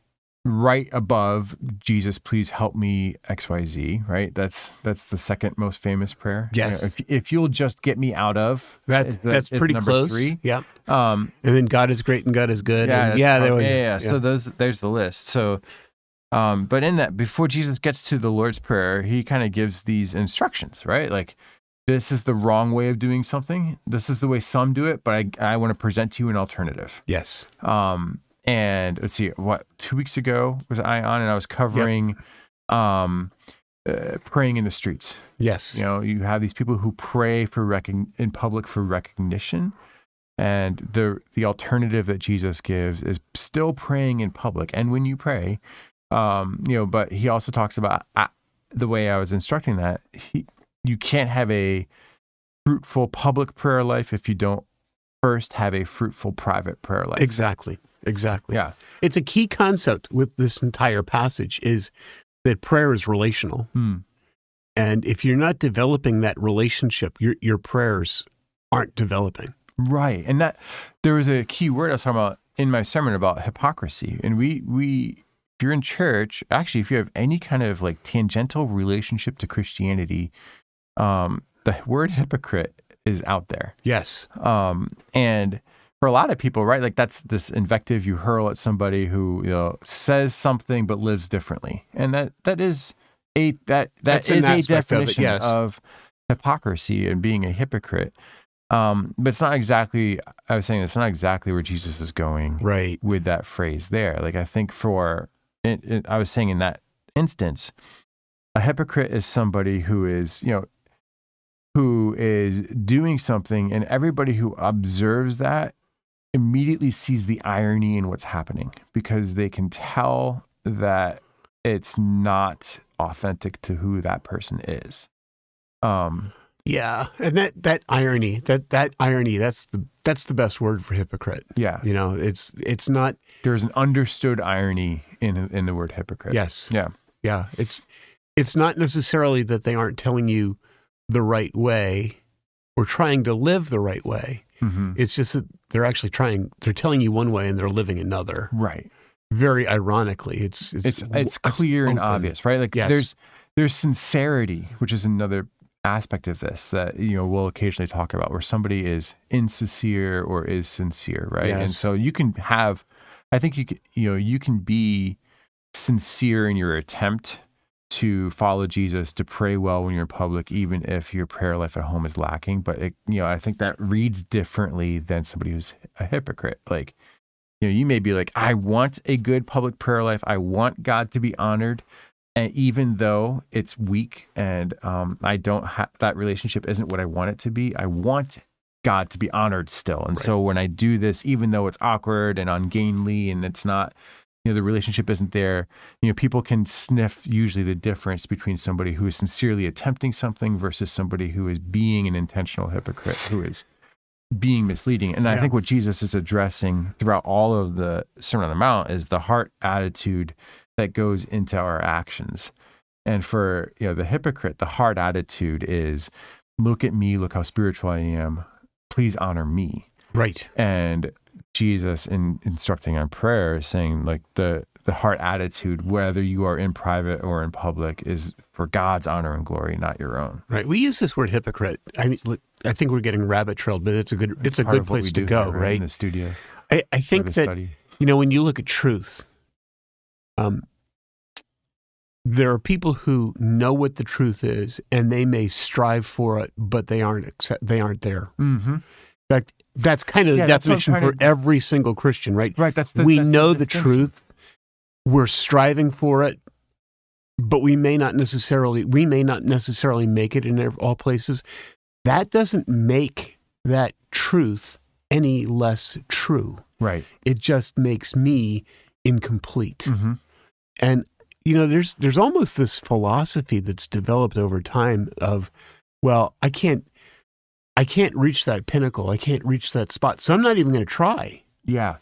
Speaker 1: right above Jesus, please help me X Y Z. Right, that's that's the second most famous prayer.
Speaker 2: Yes.
Speaker 1: if, if you'll just get me out of
Speaker 2: that's
Speaker 1: is the-
Speaker 2: that's
Speaker 1: is
Speaker 2: pretty
Speaker 1: number
Speaker 2: close.
Speaker 1: Three.
Speaker 2: Yeah.
Speaker 1: Um,
Speaker 2: And then God is great and God is good.
Speaker 1: yeah,
Speaker 2: and
Speaker 1: that's
Speaker 2: yeah,
Speaker 1: prob-
Speaker 2: there we
Speaker 1: yeah, yeah,
Speaker 2: yeah.
Speaker 1: yeah. So those there's the list. So, um, but in that, before Jesus gets to the Lord's Prayer, he kind of gives these instructions, right? Like, this is the wrong way of doing something. This is the way some do it, but I I want to present to you an alternative.
Speaker 2: Yes.
Speaker 1: Um, and let's see, what two weeks ago was I on, and I was covering, um, uh, praying in the streets.
Speaker 2: Yes.
Speaker 1: You know, you have these people who pray for recogn- in public for recognition, and the the alternative that Jesus gives is still praying in public. And when you pray, um, you know, but he also talks about I, the way I was instructing that he, you can't have a fruitful public prayer life if you don't first have a fruitful private prayer life.
Speaker 2: Exactly. Exactly.
Speaker 1: Yeah.
Speaker 2: It's a key concept with this entire passage is that prayer is relational.
Speaker 1: Hmm.
Speaker 2: And if you're not developing that relationship, your your prayers aren't developing.
Speaker 1: Right. And that there was a key word I was talking about in my sermon about hypocrisy. And we we if you're in church, actually if you have any kind of like tangential relationship to Christianity, um, the word hypocrite is out there.
Speaker 2: Yes.
Speaker 1: Um, and for a lot of people, right, like that's this invective you hurl at somebody who, you know, says something but lives differently. And that that is a that that
Speaker 2: That's an
Speaker 1: is a
Speaker 2: aspect of it,
Speaker 1: definition
Speaker 2: yes.
Speaker 1: of hypocrisy and being a hypocrite. Um, but it's not exactly I was saying it's not exactly where Jesus is going
Speaker 2: Right.
Speaker 1: with that phrase there. Like I think for it, it, I was saying in that instance, a hypocrite is somebody who is you know who is doing something, and everybody who observes that immediately sees the irony in what's happening because they can tell that it's not authentic to who that person is. Um,
Speaker 2: Yeah. And that that irony, that that irony, that's the that's the best word for hypocrite.
Speaker 1: yeah,
Speaker 2: You know, it's it's not
Speaker 1: there's an understood irony in in the word hypocrite.
Speaker 2: yes.
Speaker 1: Yeah.
Speaker 2: Yeah, it's it's not necessarily that they aren't telling you the right way or trying to live the right way.
Speaker 1: Mhm.
Speaker 2: It's just that they're actually trying they're telling you one way and they're living another.
Speaker 1: Right.
Speaker 2: Very ironically, it's it's
Speaker 1: it's it's clear and
Speaker 2: open.
Speaker 1: obvious, right? Like
Speaker 2: Yes.
Speaker 1: there's there's sincerity, which is another aspect of this that you know we'll occasionally talk about, where somebody is insincere or is sincere, right? And
Speaker 2: Yes.
Speaker 1: so you can have, I think you can, you know you can be sincere in your attempt to follow Jesus, to pray well when you're in public, even if your prayer life at home is lacking. But it, you know, I think that reads differently than somebody who's a hypocrite, like you know you may be like i want a good public prayer life i want god to be honored and even though it's weak and um, i don't ha- that relationship isn't what i want it to be i want god to be honored still and so when i do this even though it's awkward and ungainly and it's not you know the relationship isn't there you know people can sniff usually the difference between somebody who is sincerely attempting something versus somebody who is being an intentional hypocrite who is being misleading and i
Speaker 2: Yeah.
Speaker 1: think what jesus is addressing throughout all of the sermon on the mount is the heart attitude that goes into our actions and for you know the hypocrite the heart attitude is look at me look how spiritual i am please honor me
Speaker 2: right.
Speaker 1: and Jesus in instructing on prayer is saying like the the heart attitude whether you are in private or in public is for God's honor and glory not your own.
Speaker 2: Right. We use this word hypocrite. I mean, look, I think we're getting rabbit trailed, but it's a good it's, a
Speaker 1: Part
Speaker 2: good
Speaker 1: of what we
Speaker 2: place to
Speaker 1: do
Speaker 2: go,
Speaker 1: here,
Speaker 2: right?
Speaker 1: in the studio or
Speaker 2: I, I
Speaker 1: the
Speaker 2: think that
Speaker 1: study.
Speaker 2: you know when you look at truth um, there are people who know what the truth is and they may strive for it but they aren't accept, they aren't there
Speaker 1: Mhm.
Speaker 2: in fact that's kind of
Speaker 1: Yeah,
Speaker 2: the
Speaker 1: that's what I'm
Speaker 2: definition
Speaker 1: trying
Speaker 2: for
Speaker 1: to-
Speaker 2: every single christian right
Speaker 1: Right, that's the
Speaker 2: we
Speaker 1: that's
Speaker 2: know the
Speaker 1: distinction.
Speaker 2: truth we're striving for it but we may not necessarily we may not necessarily make it in ev- all places that doesn't make that truth any less true
Speaker 1: Right.
Speaker 2: it just makes me incomplete
Speaker 1: Mhm.
Speaker 2: and you know there's there's almost this philosophy that's developed over time of well i can't I can't reach that pinnacle. I can't reach that spot. So I'm not even going to try.
Speaker 1: Yeah.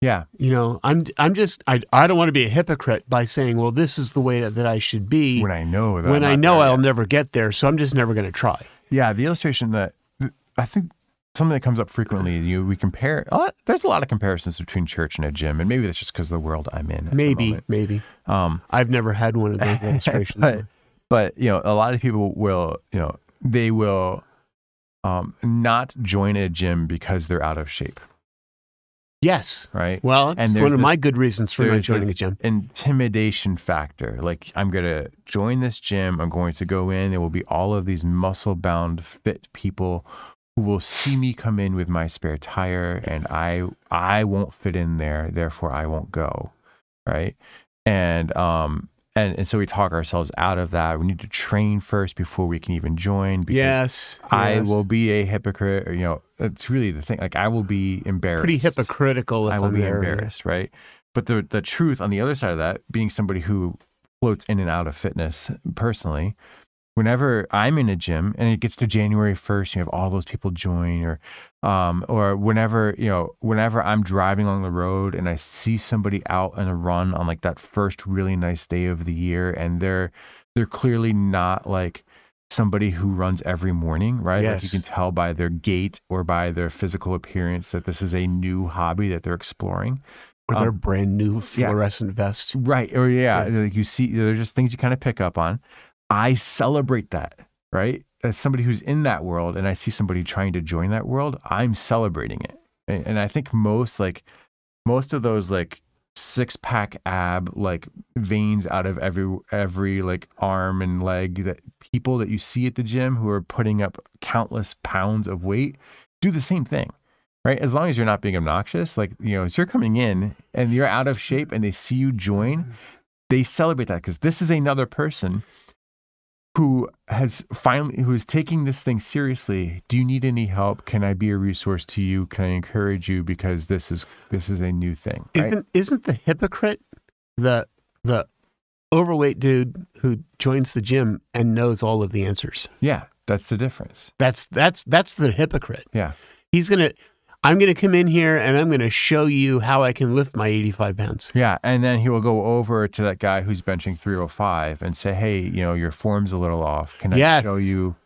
Speaker 1: Yeah.
Speaker 2: You know, I'm I'm just I I don't want to be a hypocrite by saying, well, this is the way that, that I should be
Speaker 1: When I know that.
Speaker 2: E when
Speaker 1: I'm
Speaker 2: I
Speaker 1: not
Speaker 2: know
Speaker 1: there
Speaker 2: I'll
Speaker 1: yet.
Speaker 2: never get there. So I'm just never going to try.
Speaker 1: Yeah, the illustration that th- I think something that comes up frequently. You we compare. A lot, there's a lot of comparisons between church and a gym, and maybe that's just because of the world I'm in. at the
Speaker 2: Maybe,
Speaker 1: moment.
Speaker 2: maybe.
Speaker 1: Um,
Speaker 2: I've never had one of those illustrations.
Speaker 1: but, but you know, a lot of people will, you know, they will um, not join a gym because they're out of shape,
Speaker 2: yes.
Speaker 1: right?
Speaker 2: Well, it's
Speaker 1: there's
Speaker 2: one of
Speaker 1: the-
Speaker 2: my good reasons for not
Speaker 1: there's the-
Speaker 2: joining a gym.
Speaker 1: Intimidation factor. Like, I'm going to join this gym. I'm going to go in. There will be all of these muscle bound, fit people who will see me come in with my spare tire, and I I won't fit in there. Therefore, I won't go. right? And um and, and so we talk ourselves out of that. We need to train first before we can even join. Because
Speaker 2: Yes,
Speaker 1: I
Speaker 2: yes.
Speaker 1: will be a hypocrite. Or, you know, it's really the thing. Like I will be embarrassed.
Speaker 2: pretty hypocritical. If
Speaker 1: I will
Speaker 2: am
Speaker 1: be
Speaker 2: there.
Speaker 1: embarrassed, right? But the the truth on the other side of that, being somebody who floats in and out of fitness personally, whenever I'm in a gym and it gets to January first, you have all those people join, or um, or whenever you know, whenever I'm driving along the road and I see somebody out on a run on like that first really nice day of the year, and they're they're clearly not like somebody who runs every morning, right? Like you
Speaker 2: Yes.
Speaker 1: can tell by their gait or by their physical appearance that this is a new hobby that they're exploring.
Speaker 2: Or their
Speaker 1: Um,
Speaker 2: brand new fluorescent vest.
Speaker 1: Right. Or yeah,
Speaker 2: Yeah.
Speaker 1: like you see there're just things you kind of pick up on. I celebrate that, right? As somebody who's in that world and I see somebody trying to join that world, I'm celebrating it. And, and I think most like most of those like six pack ab like veins out of every every like arm and leg that people that you see at the gym who are putting up countless pounds of weight do the same thing right as long as you're not being obnoxious like you know as you're coming in and you're out of shape and they see you join they celebrate that because this is another person who has finally who is taking this thing seriously do you need any help can i be a resource to you can i encourage you because this is this is a new thing right?
Speaker 2: Isn't isn't the hypocrite the the overweight dude who joins the gym and knows all of the answers?
Speaker 1: yeah that's the difference
Speaker 2: That's that's that's the hypocrite.
Speaker 1: yeah
Speaker 2: He's gonna I'm gonna come in here and I'm gonna show you how I can lift my 85 pounds.
Speaker 1: Yeah, and then he will go over to that guy who's benching 305 and say, "Hey, you know, your form's a little off. Can I
Speaker 2: Yes.
Speaker 1: show you?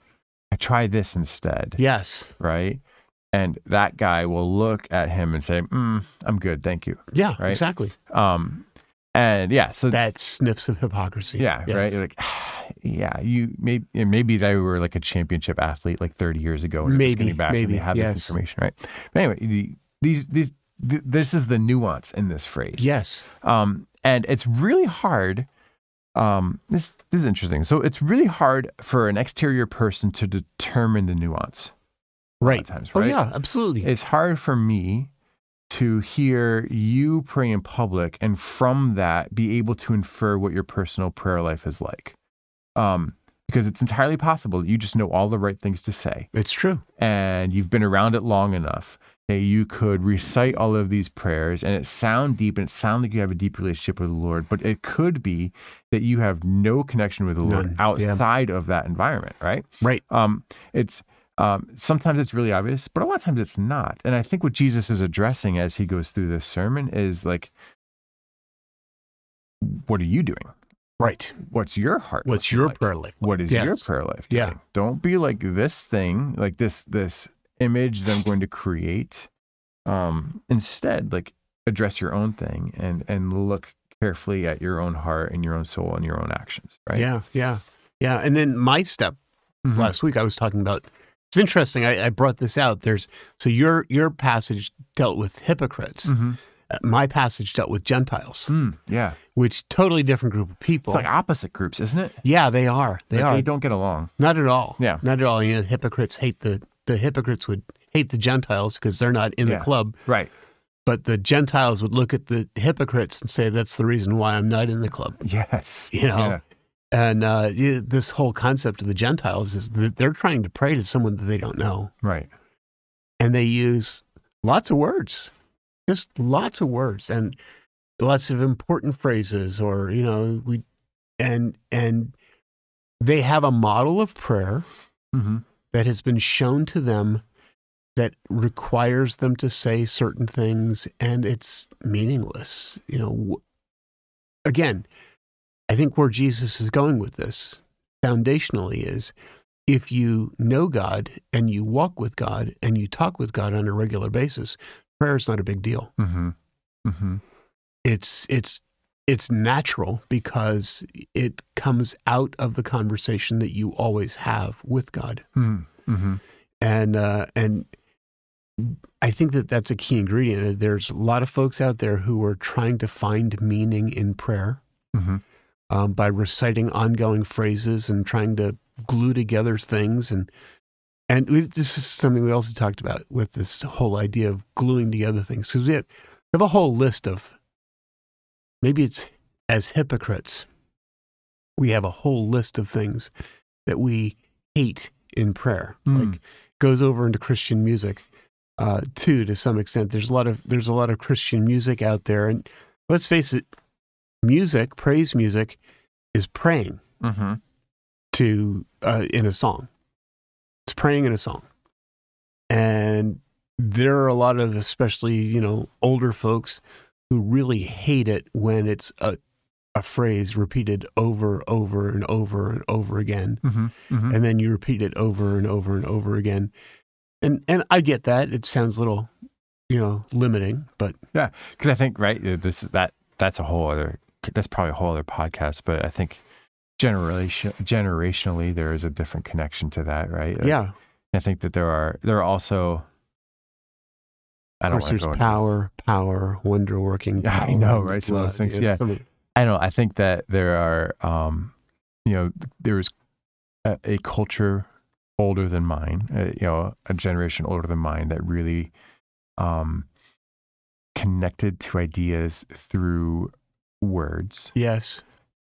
Speaker 1: I try this instead."
Speaker 2: Yes.
Speaker 1: Right? And that guy will look at him and say, mm, "I'm good, thank you."
Speaker 2: Yeah.
Speaker 1: Right.
Speaker 2: Exactly.
Speaker 1: Um, and yeah, so
Speaker 2: That sniffs of hypocrisy.
Speaker 1: yeah,
Speaker 2: Yes.
Speaker 1: right. You're like, yeah, you maybe maybe they were like a championship athlete like 30 years ago, and they're just
Speaker 2: Maybe,
Speaker 1: getting back and
Speaker 2: maybe,
Speaker 1: they have
Speaker 2: yes.
Speaker 1: this information, right? But anyway, the, these these th- this is the nuance in this phrase.
Speaker 2: Yes.
Speaker 1: Um, and it's really hard. Um, this, this is interesting. So it's really hard for an exterior person to determine the nuance.
Speaker 2: Right.
Speaker 1: times,
Speaker 2: Oh
Speaker 1: right?
Speaker 2: yeah. Absolutely.
Speaker 1: It's hard for me to hear you pray in public and from that be able to infer what your personal prayer life is like. Um, because it's entirely possible that you just know all the right things to say
Speaker 2: it's true.
Speaker 1: and you've been around it long enough that you could recite all of these prayers and it sound deep and it sound like you have a deep relationship with the Lord, but it could be that you have no connection with the Lord
Speaker 2: None. Yeah.
Speaker 1: outside of that environment, right?
Speaker 2: Right.
Speaker 1: Um, it's um, sometimes it's really obvious, but a lot of times it's not. And I think what Jesus is addressing as he goes through this sermon is like, what are you doing?
Speaker 2: Right.
Speaker 1: What's your heart?
Speaker 2: What's
Speaker 1: looking
Speaker 2: your
Speaker 1: like?
Speaker 2: prayer life?
Speaker 1: what is your
Speaker 2: Yes.
Speaker 1: prayer life
Speaker 2: Yeah.
Speaker 1: doing? Don't be like this thing, like this this image that I'm going to create. Um, instead, like address your own thing and and look carefully at your own heart and your own soul and your own actions. Right?
Speaker 2: Yeah. Mm-hmm. Yeah. Yeah. And then my step
Speaker 1: Mhm.
Speaker 2: last week I was talking about. It's interesting. I, I brought this out. There's so your your passage dealt with hypocrites.
Speaker 1: Mhm.
Speaker 2: Uh, My passage dealt with Gentiles,
Speaker 1: Mm, yeah.
Speaker 2: which totally different group of
Speaker 1: It's
Speaker 2: people.
Speaker 1: like opposite groups, isn't it?
Speaker 2: yeah, they are. They
Speaker 1: Like,
Speaker 2: are
Speaker 1: They don't get along.
Speaker 2: not at all.
Speaker 1: Yeah.
Speaker 2: not at all. You know, hypocrites hate the the hypocrites would hate the Gentiles because they're not in
Speaker 1: Yeah.
Speaker 2: the club.
Speaker 1: Right.
Speaker 2: But the Gentiles would look at the hypocrites and say, "That's the reason why I'm not in the club."
Speaker 1: Yes.
Speaker 2: You know, And uh, you- this whole concept of the Gentiles is that they're trying to pray to someone that they don't know.
Speaker 1: Right.
Speaker 2: and they use lots of words, just lots of words and lots of important phrases, or you know, we and and they have a model of prayer
Speaker 1: hmm
Speaker 2: that has been shown to them that requires them to say certain things and it's meaningless you know w- again i think where jesus is going with this foundationally is if you know god and you walk with god and you talk with god on a regular basis prayer is not a big deal
Speaker 1: Mm-hmm. Mm-hmm.
Speaker 2: it's it's it's natural because it comes out of the conversation that you always have with god
Speaker 1: Mm-hmm.
Speaker 2: and uh, and I think that that's a key ingredient. Uh, There's a lot of folks out there who are trying to find meaning in prayer
Speaker 1: Mm-hmm.
Speaker 2: um, by reciting ongoing phrases and trying to glue together things and and we, this is something we also talked about with this whole idea of gluing together things because we have, we have a whole list of maybe it's as hypocrites we have a whole list of things that we hate in prayer
Speaker 1: Mm.
Speaker 2: like goes over into christian music uh, too to some extent there's a lot of there's a lot of christian music out there and let's face it music praise music is praying
Speaker 1: Mm-hmm.
Speaker 2: to uh, in a song. It's praying in a song, and there are a lot of especially you know older folks who really hate it when it's a a phrase repeated over, over and over and over again,
Speaker 1: Mm-hmm. Mm-hmm.
Speaker 2: and then you repeat it over and over and over again. And and I get that it sounds a little, you know, limiting, but
Speaker 1: Yeah, because I think right uh, this that that's a whole other that's probably a whole other podcast, but I think generation generationally there is a different connection to that, right? Like,
Speaker 2: yeah,
Speaker 1: I think that there are there are also I
Speaker 2: of
Speaker 1: don't want
Speaker 2: course
Speaker 1: to
Speaker 2: there's
Speaker 1: go into-
Speaker 2: power, power, wonder working.
Speaker 1: Yeah, I
Speaker 2: power,
Speaker 1: know,
Speaker 2: and
Speaker 1: right? Some of those
Speaker 2: blood.
Speaker 1: things,
Speaker 2: It's
Speaker 1: yeah.
Speaker 2: something-
Speaker 1: I don't. I think that there are um, you know there is a, a culture older than mine, uh, you know, a generation older than mine that really um connected to ideas through words
Speaker 2: Yes.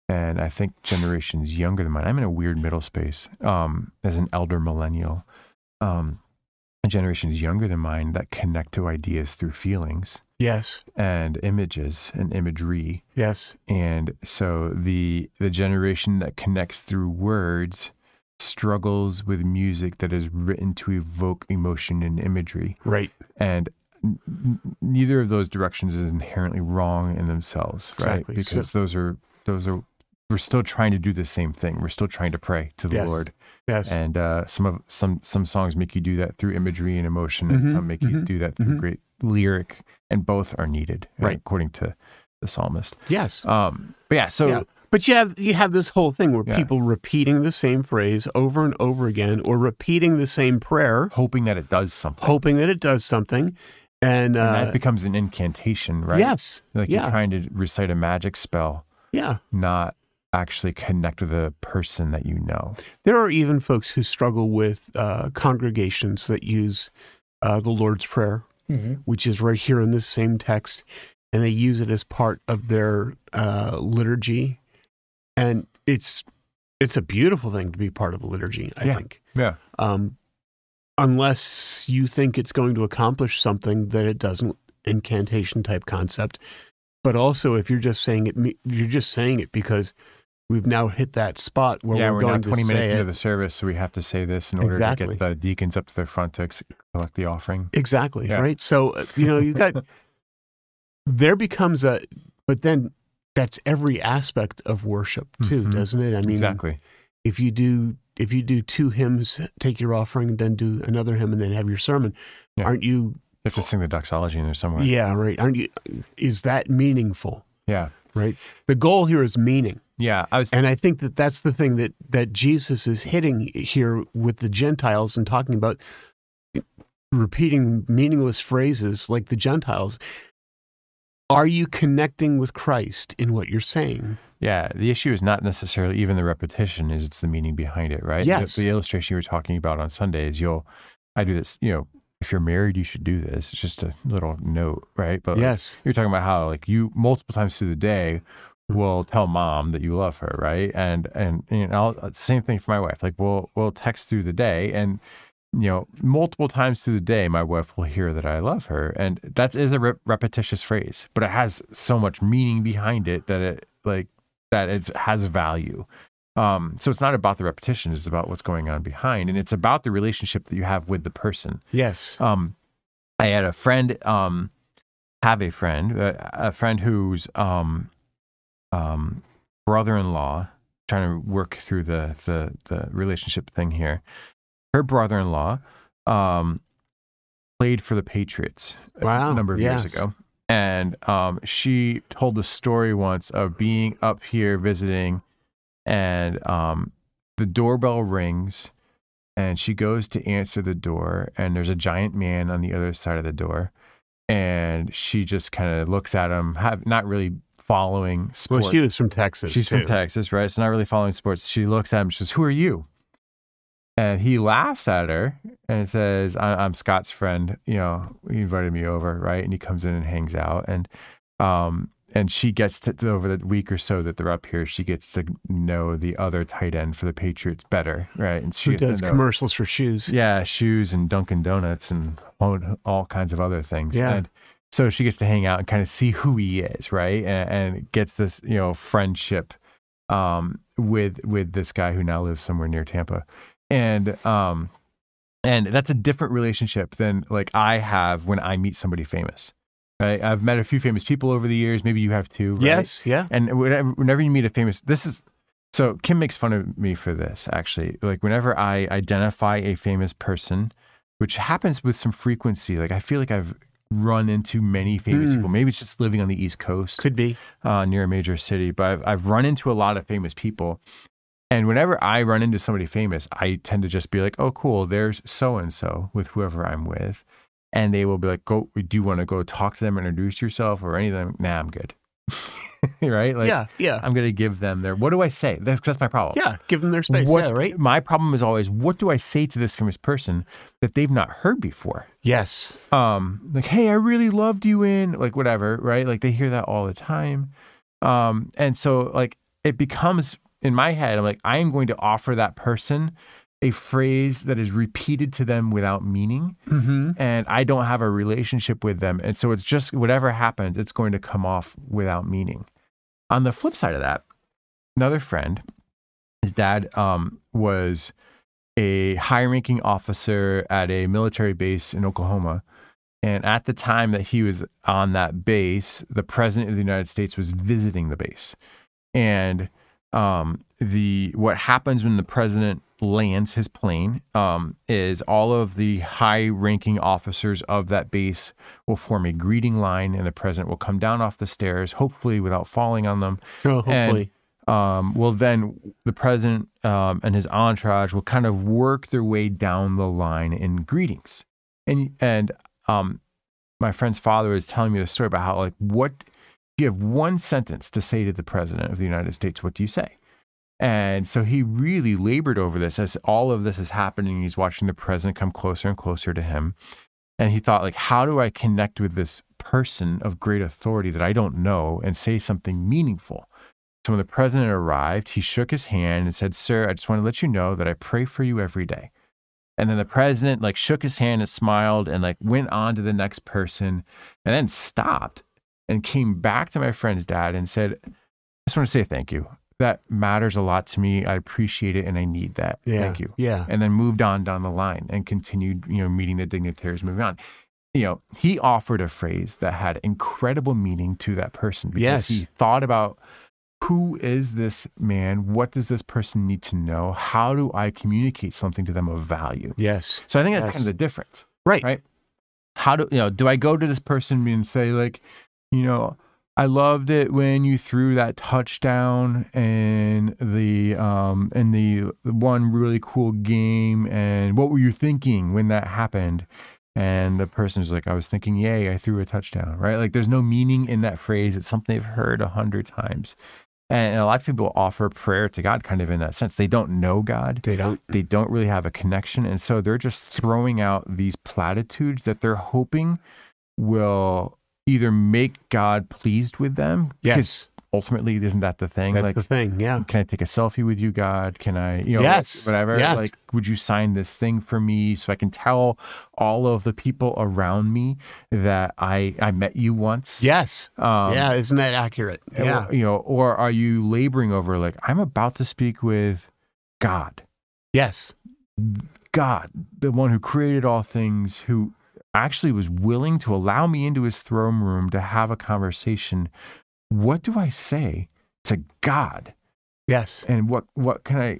Speaker 1: and I think generations younger than mine. I'm in a weird middle space um, as an elder millennial. Um, generations younger than mine that connect to ideas through feelings
Speaker 2: Yes.
Speaker 1: and images and imagery.
Speaker 2: Yes.
Speaker 1: And so the the generation that connects through words struggles with music that is written to evoke emotion and imagery.
Speaker 2: Right.
Speaker 1: And n- n- neither of those directions is inherently wrong in themselves, right?
Speaker 2: Exactly. So-
Speaker 1: Because those are those are we're still trying to do the same thing. We're still trying to pray to the
Speaker 2: Yes.
Speaker 1: Lord.
Speaker 2: Yes.
Speaker 1: And uh, some of some some songs make you do that through imagery and emotion, and
Speaker 2: Mhm,
Speaker 1: some make you
Speaker 2: mhm,
Speaker 1: do that through
Speaker 2: mhm.
Speaker 1: great lyric, and both are needed, uh,
Speaker 2: Right.
Speaker 1: According to the psalmist.
Speaker 2: yes.
Speaker 1: Um, but yeah, so
Speaker 2: yeah. But you have you have this whole thing where
Speaker 1: Yeah.
Speaker 2: people repeating the same phrase over and over again, or repeating the same prayer,
Speaker 1: hoping that it does something,
Speaker 2: hoping that it does something, and, uh,
Speaker 1: and that becomes an incantation, right?
Speaker 2: yes,
Speaker 1: like
Speaker 2: yeah.
Speaker 1: you're trying to recite a magic spell,
Speaker 2: yeah,
Speaker 1: not actually connect with a person that you know.
Speaker 2: there are even folks who struggle with uh, congregations that use uh, the Lord's Prayer, which is right here in this same text, and they use it as part of their uh, liturgy, and it's it's a beautiful thing to be part of a liturgy. I
Speaker 1: Yeah.
Speaker 2: think.
Speaker 1: Yeah.
Speaker 2: um, unless you think it's going to accomplish something that it doesn't incantation type concept but also if you're just saying it me- you're just saying it because we've now hit that spot where
Speaker 1: yeah,
Speaker 2: we're,
Speaker 1: we're, now
Speaker 2: going
Speaker 1: 20
Speaker 2: to
Speaker 1: minutes
Speaker 2: say
Speaker 1: into
Speaker 2: it.
Speaker 1: the service, so we have to say this in order to
Speaker 2: Exactly.
Speaker 1: get the deacons up to their front to ex- collect the offering.
Speaker 2: exactly
Speaker 1: Yeah.
Speaker 2: right so uh, you know you got there becomes a but then that's every aspect of worship too
Speaker 1: Mhm.
Speaker 2: doesn't it i mean
Speaker 1: exactly.
Speaker 2: if you do if you do two hymns take your offering then do another hymn and then have your sermon
Speaker 1: Yeah.
Speaker 2: aren't you
Speaker 1: You have to sing the doxology in there somewhere.
Speaker 2: Yeah, right. Aren't you? Is that meaningful?
Speaker 1: Yeah.
Speaker 2: Right. The goal here is meaning,
Speaker 1: Yeah, I was.
Speaker 2: and I think that that's the thing that that Jesus is hitting here with the Gentiles and talking about repeating meaningless phrases like the Gentiles. Are you connecting with Christ in what you're saying?
Speaker 1: Yeah, the issue is not necessarily even the repetition; is it's the meaning behind it, right? The-
Speaker 2: Yes.
Speaker 1: The, illustration you were talking about on Sunday is you'll, I do this. You know, if you're married, you should do this. It's just a little note, right? But like,
Speaker 2: Yes.
Speaker 1: you're talking about how like you multiple times through the day will tell mom that you love her right and and you know I'll, uh, same thing for my wife like we'll we'll text through the day and you know multiple times through the day my wife will hear that i love her and that is a re- repetitious phrase but it has so much meaning behind it that it like that it has value Um, so it's not about the repetition; it's about what's going on behind, and it's about the relationship that you have with the person.
Speaker 2: Yes.
Speaker 1: Um, I had a friend, um, have a friend, a, a friend whose um, um, brother-in-law trying to work through the the, the relationship thing here. Her brother-in-law um, played for the Patriots
Speaker 2: Wow.
Speaker 1: a number of
Speaker 2: Yes.
Speaker 1: years ago. And um, she told the story once of being up here visiting, and um, the doorbell rings, and she goes to answer the door, and there's a giant man on the other side of the door, and she just kind of looks at him, have, not really following sports.
Speaker 2: Well, she was from Texas.
Speaker 1: She's
Speaker 2: too.
Speaker 1: from Texas, right? So not really following sports. She looks at him. She says, "Who are you?" And he laughs at her and says, I- "I'm Scott's friend. You know, he invited me over, right?" And he comes in and hangs out. And um, and she gets to, to over the week or so that they're up here, she gets to know the other tight end for the Patriots better, right? And she
Speaker 2: Who
Speaker 1: gets to
Speaker 2: does
Speaker 1: know-
Speaker 2: commercials for shoes?
Speaker 1: yeah, shoes and Dunkin' Donuts and all, all kinds of other things.
Speaker 2: Yeah.
Speaker 1: And so she gets to hang out and kind of see who he is, right? And, and gets this, you know, friendship um, with with this guy who now lives somewhere near Tampa, and um, and that's a different relationship than like I have when I meet somebody famous. Right? I've met a few famous people over the years. Maybe you have too. Right?
Speaker 2: Yes. Yeah.
Speaker 1: And whenever, whenever you meet a famous, this is so Kim makes fun of me for this actually. Like whenever I identify a famous person, which happens with some frequency, like I feel like I've run into many famous
Speaker 2: Hmm.
Speaker 1: people. Maybe it's just living on the East Coast
Speaker 2: Could be.
Speaker 1: uh, near a major city, but I've, I've run into a lot of famous people. And whenever I run into somebody famous, I tend to just be like, oh, cool, there's so and so with whoever I'm with. And they will be like, go, do you want to go talk to them, introduce yourself or anything? Nah, I'm good. right? Like,
Speaker 2: yeah. Yeah.
Speaker 1: I'm going to give them their, what do I say? That's, that's my problem.
Speaker 2: yeah. Give them their space.
Speaker 1: What-
Speaker 2: yeah. Right.
Speaker 1: My problem is always, what do I say to this famous person that they've not heard before?
Speaker 2: Yes.
Speaker 1: um like hey i really loved you in like whatever right like they hear that all the time um and so like it becomes in my head i'm like i am going to offer that person a phrase that is repeated to them without meaning
Speaker 2: Mm-hmm.
Speaker 1: and i don't have a relationship with them and so it's just whatever happens it's going to come off without meaning on the flip side of that another friend his dad um was a high ranking officer at a military base in Oklahoma. And at the time that he was on that base, the president of the United States was visiting the base. And um, the what happens when the president lands his plane um, is all of the high ranking officers of that base will form a greeting line, and the president will come down off the stairs, hopefully without falling on them
Speaker 2: Oh, hopefully.
Speaker 1: um, well, then the president um, and his entourage will kind of work their way down the line in greetings. And and um, my friend's father was telling me the story about how like what if you have one sentence to say to the president of the United States, what do you say? And so he really labored over this as all of this is happening. He's watching the president come closer and closer to him. And he thought, like, how do I connect with this person of great authority that I don't know and say something meaningful? So when the president arrived, he shook his hand and said, Sir, I just want to let you know that I pray for you every day. And then the president like shook his hand and smiled and like went on to the next person and then stopped and came back to my friend's dad and said, I just want to say thank you. That matters a lot to me. I appreciate it and I need that.
Speaker 2: yeah.
Speaker 1: Thank you
Speaker 2: Yeah.
Speaker 1: and then moved on down the line and continued, you know, meeting the dignitaries, moving on. You know, he offered a phrase that had incredible meaning to that person because
Speaker 2: Yes.
Speaker 1: he thought about who is this man? What does this person need to know? How do I communicate something to them of value?
Speaker 2: Yes.
Speaker 1: So I think that's
Speaker 2: Yes.
Speaker 1: kind of the difference.
Speaker 2: Right.
Speaker 1: Right. How do you know, do I go to this person and say, like, you know, I loved it when you threw that touchdown and the um and the one really cool game and what were you thinking when that happened? And the person's like, I was thinking, yay, I threw a touchdown, right? Like there's no meaning in that phrase. It's something they've heard a hundred times. And a lot of people offer prayer to God kind of in that sense. They don't know God
Speaker 2: They don't.
Speaker 1: they don't really have a connection and so they're just throwing out these platitudes that they're hoping will either make god pleased with them because
Speaker 2: Yes.
Speaker 1: ultimately isn't that the thing?
Speaker 2: That's
Speaker 1: like,
Speaker 2: the thing. Yeah.
Speaker 1: can I take a selfie with you, God? Can I, you know,
Speaker 2: Yes,
Speaker 1: whatever?
Speaker 2: yes.
Speaker 1: Like, would you sign this thing for me so I can tell all of the people around me that I I met you once?
Speaker 2: Yes.
Speaker 1: Um,
Speaker 2: yeah. Isn't that accurate?
Speaker 1: and
Speaker 2: Yeah.
Speaker 1: we're- You know, or are you laboring over like I'm about to speak with God,
Speaker 2: Yes.
Speaker 1: God, the one who created all things, who actually was willing to allow me into his throne room to have a conversation. What do I say to God?
Speaker 2: Yes.
Speaker 1: And what what can I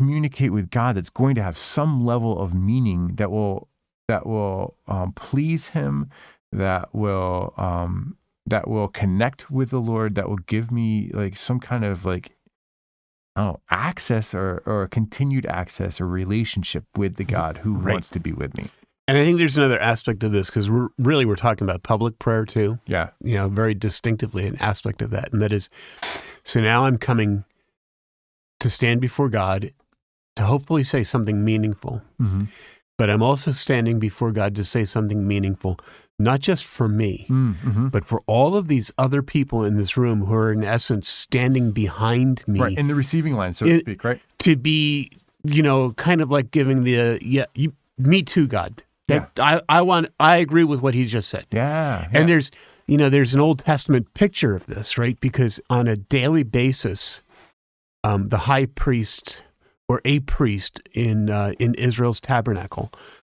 Speaker 1: communicate with God that's going to have some level of meaning that will that will um, please Him, that will um, that will connect with the Lord, that will give me like some kind of like I don't know, access or or continued access or relationship with the God who
Speaker 2: Right.
Speaker 1: wants to be with me.
Speaker 2: And I think there's another aspect of this because we're really we're talking about public prayer too.
Speaker 1: Yeah,
Speaker 2: You know, very distinctively an aspect of that, and that is, so now I'm coming to stand before God to hopefully say something meaningful,
Speaker 1: mm-hmm.
Speaker 2: but I'm also standing before God to say something meaningful, not just for me,
Speaker 1: Mm-hmm.
Speaker 2: but for all of these other people in this room who are in essence standing behind me
Speaker 1: right in the receiving line, so to
Speaker 2: It-
Speaker 1: speak. Right.
Speaker 2: to be, you know, kind of like giving the uh, yeah, you, me too, God. That I, I want, I agree with what he just said.
Speaker 1: Yeah.
Speaker 2: And
Speaker 1: yeah.
Speaker 2: there's, you know, there's an Old Testament picture of this, right? Because on a daily basis, um, the high priest or a priest in uh, in Israel's tabernacle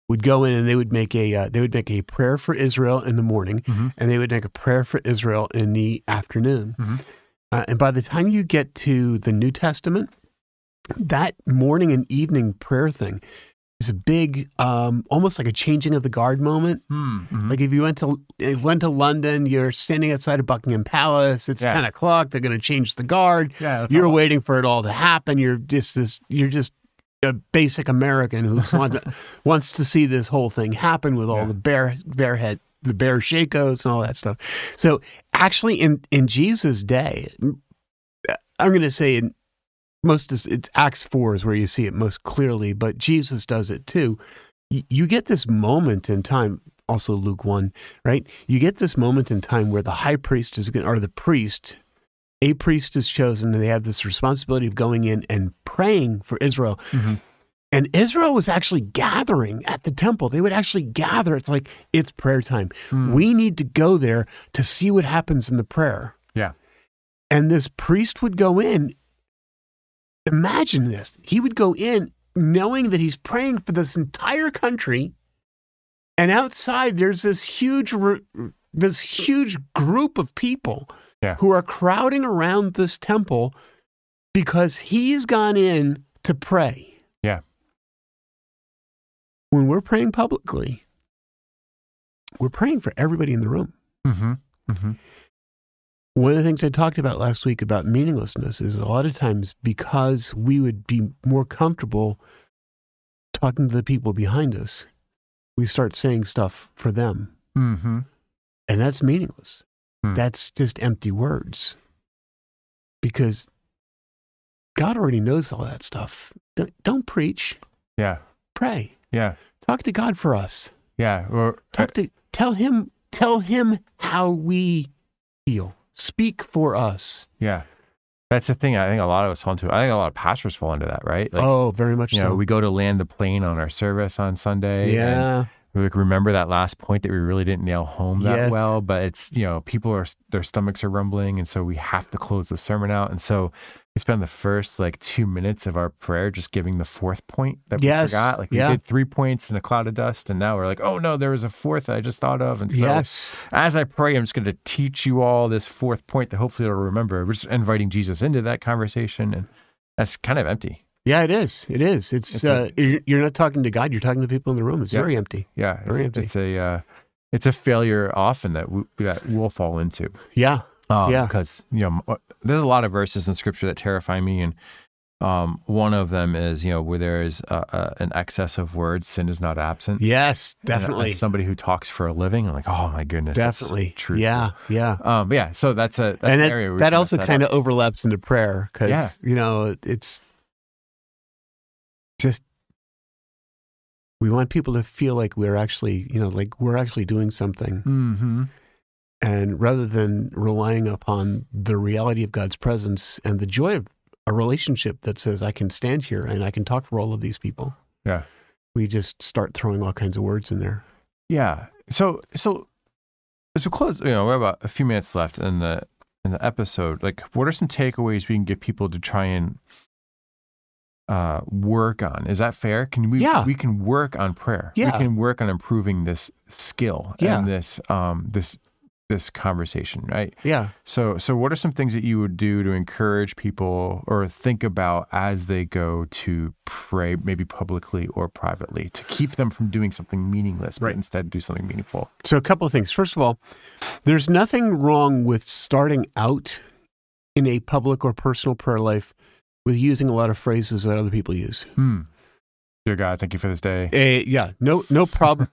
Speaker 2: would go in and they would make a uh, they would make a prayer for Israel in the morning,
Speaker 1: Mhm.
Speaker 2: and they would make a prayer for Israel in the afternoon.
Speaker 1: Mhm.
Speaker 2: Uh, and by the time you get to the New Testament, that morning and evening prayer thing is a big, um, almost like a changing of the guard moment.
Speaker 1: Hmm, mhm.
Speaker 2: Like if you went to if you went to London, you're standing outside of Buckingham Palace. It's
Speaker 1: Yeah.
Speaker 2: ten o'clock. They're going to change the guard.
Speaker 1: yeah, that's
Speaker 2: you're
Speaker 1: all.
Speaker 2: waiting for it all to happen. You're just this. You're just a basic American who wants wants to see this whole thing happen with all
Speaker 1: Yeah.
Speaker 2: the bear bear head the bear shakos and all that stuff. So actually, in in Jesus' day, uh, I'm going to say in most is- it's Acts four is where you see it most clearly, but Jesus does it too. Y- You get this moment in time, also Luke one, right? You get this moment in time where the high priest is going, or the priest, a priest is chosen, and they have this responsibility of going in and praying for Israel.
Speaker 1: Mhm.
Speaker 2: And Israel was actually gathering at the temple. They would actually gather. It's like it's prayer time.
Speaker 1: Hmm.
Speaker 2: We need to go there to see what happens in the prayer.
Speaker 1: Yeah.
Speaker 2: And this priest would go in. Imagine this. He would go in knowing that he's praying for this entire country. And outside, there's this huge, r- this huge group of people
Speaker 1: Yeah.
Speaker 2: who are crowding around this temple because he's gone in to pray.
Speaker 1: Yeah.
Speaker 2: When we're praying publicly, we're praying for everybody in the room.
Speaker 1: Mhm, mhm.
Speaker 2: One of the things I talked about last week about meaninglessness is a lot of times because we would be more comfortable talking to the people behind us, we start saying stuff for them.
Speaker 1: Mm-hmm.
Speaker 2: And that's meaningless.
Speaker 1: Hmm.
Speaker 2: That's just empty words. Because God already knows all that stuff. Don't, don't preach,
Speaker 1: Yeah.
Speaker 2: pray.
Speaker 1: Yeah.
Speaker 2: Talk to God for us.
Speaker 1: Yeah. Or
Speaker 2: Talk to tell him tell him how we feel. Speak for us.
Speaker 1: yeah. That's the thing. I think a lot of us fall into. I think a lot of pastors fall into that, right? Like,
Speaker 2: oh, very much
Speaker 1: you
Speaker 2: so.
Speaker 1: know, we go to land the plane on our service on Sunday. and
Speaker 2: yeah.
Speaker 1: we, like remember that last point that we really didn't nail home that
Speaker 2: Yes.
Speaker 1: well, but it's you know people are their stomachs are rumbling, and so we have to close the sermon out. And so we spend the first like two minutes of our prayer just giving the fourth point that we
Speaker 2: Yes.
Speaker 1: forgot. Like we
Speaker 2: Yeah.
Speaker 1: did three points in a cloud of dust, and now we're like, oh no, there was a fourth I just thought of, and so
Speaker 2: yes.
Speaker 1: as I pray, I'm just going to teach you all this fourth point that hopefully you'll remember. We're just inviting Jesus into that conversation, and that's kind of empty.
Speaker 2: Yeah, it is. It is. It's,
Speaker 1: It's
Speaker 2: uh,
Speaker 1: a-
Speaker 2: you're you're not talking to God. You're talking to people in the room. It's
Speaker 1: Yep.
Speaker 2: very empty.
Speaker 1: Yeah, it's,
Speaker 2: Very empty.
Speaker 1: it's a uh, it's a failure often that we, that we'll fall into.
Speaker 2: Yeah.
Speaker 1: Um,
Speaker 2: Yeah.
Speaker 1: because you know m- there's a lot of verses in Scripture that terrify me, and um, one of them is you know where there is uh, uh, an excess of words, sin is not absent.
Speaker 2: Yes.
Speaker 1: And uh, as
Speaker 2: Definitely.
Speaker 1: somebody who talks for a living, I'm like, oh my goodness, that's
Speaker 2: Definitely.
Speaker 1: true.
Speaker 2: Yeah. Yeah.
Speaker 1: Um, but yeah, so that's a that's
Speaker 2: and
Speaker 1: an
Speaker 2: that,
Speaker 1: area where we
Speaker 2: that
Speaker 1: can mess
Speaker 2: also
Speaker 1: up.
Speaker 2: kind of overlaps into prayer because
Speaker 1: Yeah.
Speaker 2: you know it's just we want people to feel like we're actually you know like we're actually doing something
Speaker 1: Mhm.
Speaker 2: And rather than relying upon the reality of God's presence and the joy of a relationship that says, I can stand here and I can talk for all of these people,
Speaker 1: Yeah.
Speaker 2: we just start throwing all kinds of words in there.
Speaker 1: Yeah. So so as we close, you know, we have about a few minutes left in the in the episode. Like, what are some takeaways we can give people to try and uh, work on? Is that fair? Can we?
Speaker 2: Yeah.
Speaker 1: We can work on prayer.
Speaker 2: Yeah.
Speaker 1: We can work on improving this skill
Speaker 2: Yeah.
Speaker 1: and this um this this conversation, right?
Speaker 2: Yeah.
Speaker 1: So so what are some things that you would do to encourage people or think about as they go to pray, maybe publicly or privately, to keep them from doing something meaningless, but
Speaker 2: Right.
Speaker 1: instead do something meaningful?
Speaker 2: So, a couple of things. First of all, there's nothing wrong with starting out in a public or personal prayer life with using a lot of phrases that other people use.
Speaker 1: Hmm. Dear God, thank you for this day.
Speaker 2: Eh, yeah, no, no problem.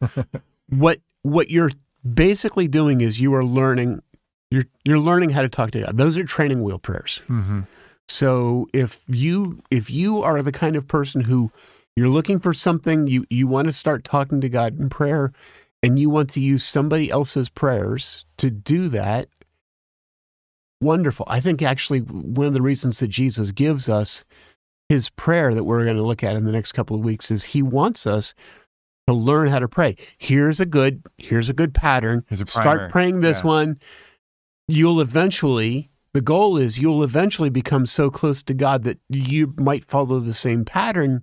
Speaker 2: what what you're basically doing is you are learning. You're you're learning how to talk to God. Those are training wheel prayers.
Speaker 1: Mm-hmm.
Speaker 2: So if you if you are the kind of person who you're looking for something, you you want to start talking to God in prayer and you want to use somebody else's prayers to do that, wonderful. I think actually one of the reasons that Jesus gives us his prayer that we're going to look at in the next couple of weeks is he wants us to learn how to pray. Here's a good here's a good pattern.
Speaker 1: Here's a primer.
Speaker 2: Start praying this
Speaker 1: Yeah.
Speaker 2: one. You'll eventually the goal is you'll eventually become so close to God that you might follow the same pattern,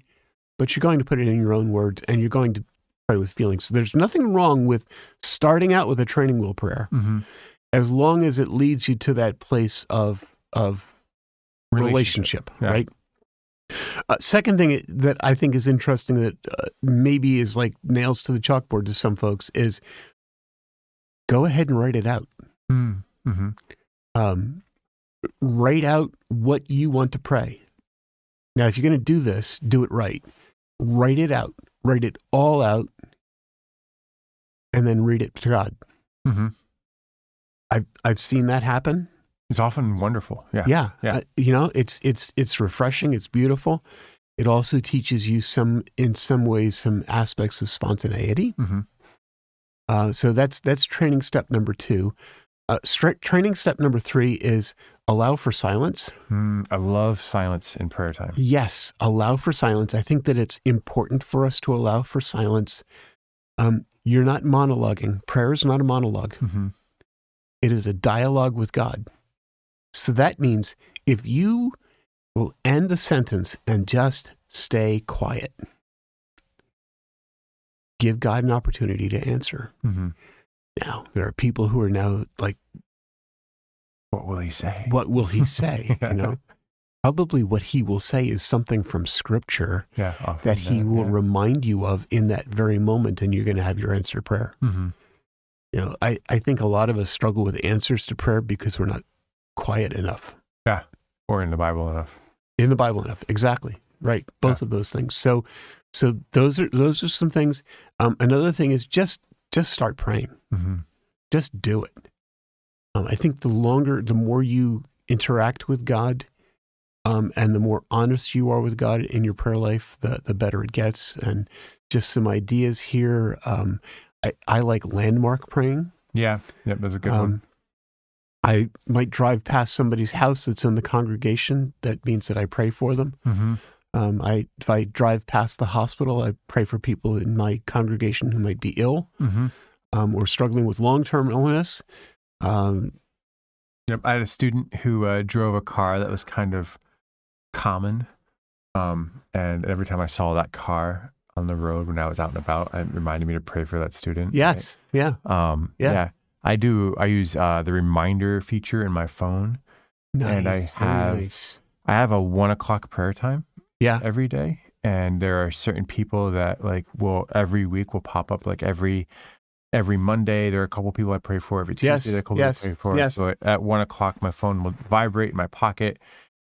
Speaker 2: but you're going to put it in your own words and you're going to pray with feelings. So there's nothing wrong with starting out with a training wheel prayer
Speaker 1: Mm-hmm.
Speaker 2: as long as it leads you to that place of of relationship,
Speaker 1: Yeah.
Speaker 2: right? Uh, second thing that I think is interesting that uh, maybe is like nails to the chalkboard to some folks is go ahead and write it out.
Speaker 1: Mm-hmm.
Speaker 2: Um, write out what you want to pray. Now, if you're going to do this, do it right. Write it out. Write it all out, and then read it to God.
Speaker 1: Mm-hmm.
Speaker 2: I've I've seen that happen.
Speaker 1: It's often wonderful. Yeah.
Speaker 2: Yeah.
Speaker 1: Yeah.
Speaker 2: Uh, you know, it's it's it's refreshing, it's beautiful. It also teaches you some in some ways some aspects of spontaneity.
Speaker 1: Mm-hmm.
Speaker 2: Uh, so that's that's training step number 2. Uh, stra- training step number 3 is allow for silence.
Speaker 1: Mm, I love silence in prayer time.
Speaker 2: Yes, allow for silence. I think that it's important for us to allow for silence. Um, you're not monologuing. Prayer is not a monologue.
Speaker 1: Mm-hmm.
Speaker 2: It is a dialogue with God. So that means if you will end a sentence and just stay quiet, give God an opportunity to answer.
Speaker 1: Mm-hmm.
Speaker 2: Now, there are people who are now like,
Speaker 1: What will he say?
Speaker 2: what will he say? You know, probably what he will say is something from scripture
Speaker 1: Yeah. often
Speaker 2: that he will
Speaker 1: yeah.
Speaker 2: remind you of in that very moment, and you're going to have your answer to prayer.
Speaker 1: mm-hmm.
Speaker 2: You know, I, I think a lot of us struggle with answers to prayer because we're not quiet enough.
Speaker 1: Or in the Bible enough.
Speaker 2: in the Bible enough. Exactly. Right. Both of those things. So so those are those are some things. Um, another thing is just just start praying.
Speaker 1: Mm-hmm.
Speaker 2: Just do it. Um, I think the longer, the more you interact with God, um, and the more honest you are with God in your prayer life, the the better it gets. And just some ideas here. Um, I, I like landmark praying.
Speaker 1: Yeah. Yep. That's a good one.
Speaker 2: Um, I might drive past somebody's house that's in the congregation. That means that I pray for them.
Speaker 1: Mm-hmm.
Speaker 2: Um, I if I drive past the hospital, I pray for people in my congregation who might be ill
Speaker 1: Mm-hmm.
Speaker 2: um, or struggling with long term illness. Um,
Speaker 1: Yep. I had a student who uh, drove a car that was kind of common. Um, and every time I saw that car on the road when I was out and about, it reminded me to pray for that student. right?
Speaker 2: yes, yeah,
Speaker 1: Um,
Speaker 2: Yeah.
Speaker 1: yeah. I do. I use uh, the reminder feature in my phone.
Speaker 2: nice,
Speaker 1: And I
Speaker 2: very
Speaker 1: have-
Speaker 2: nice.
Speaker 1: I have a one o'clock prayer time
Speaker 2: yeah,
Speaker 1: every day. And there are certain people that like will every week will pop up like every every Monday. There are a couple people I pray for every Tuesday.
Speaker 2: Yes,
Speaker 1: There are a couple
Speaker 2: yes,
Speaker 1: I pray for.
Speaker 2: yes.
Speaker 1: So at one o'clock, my phone will vibrate in my pocket,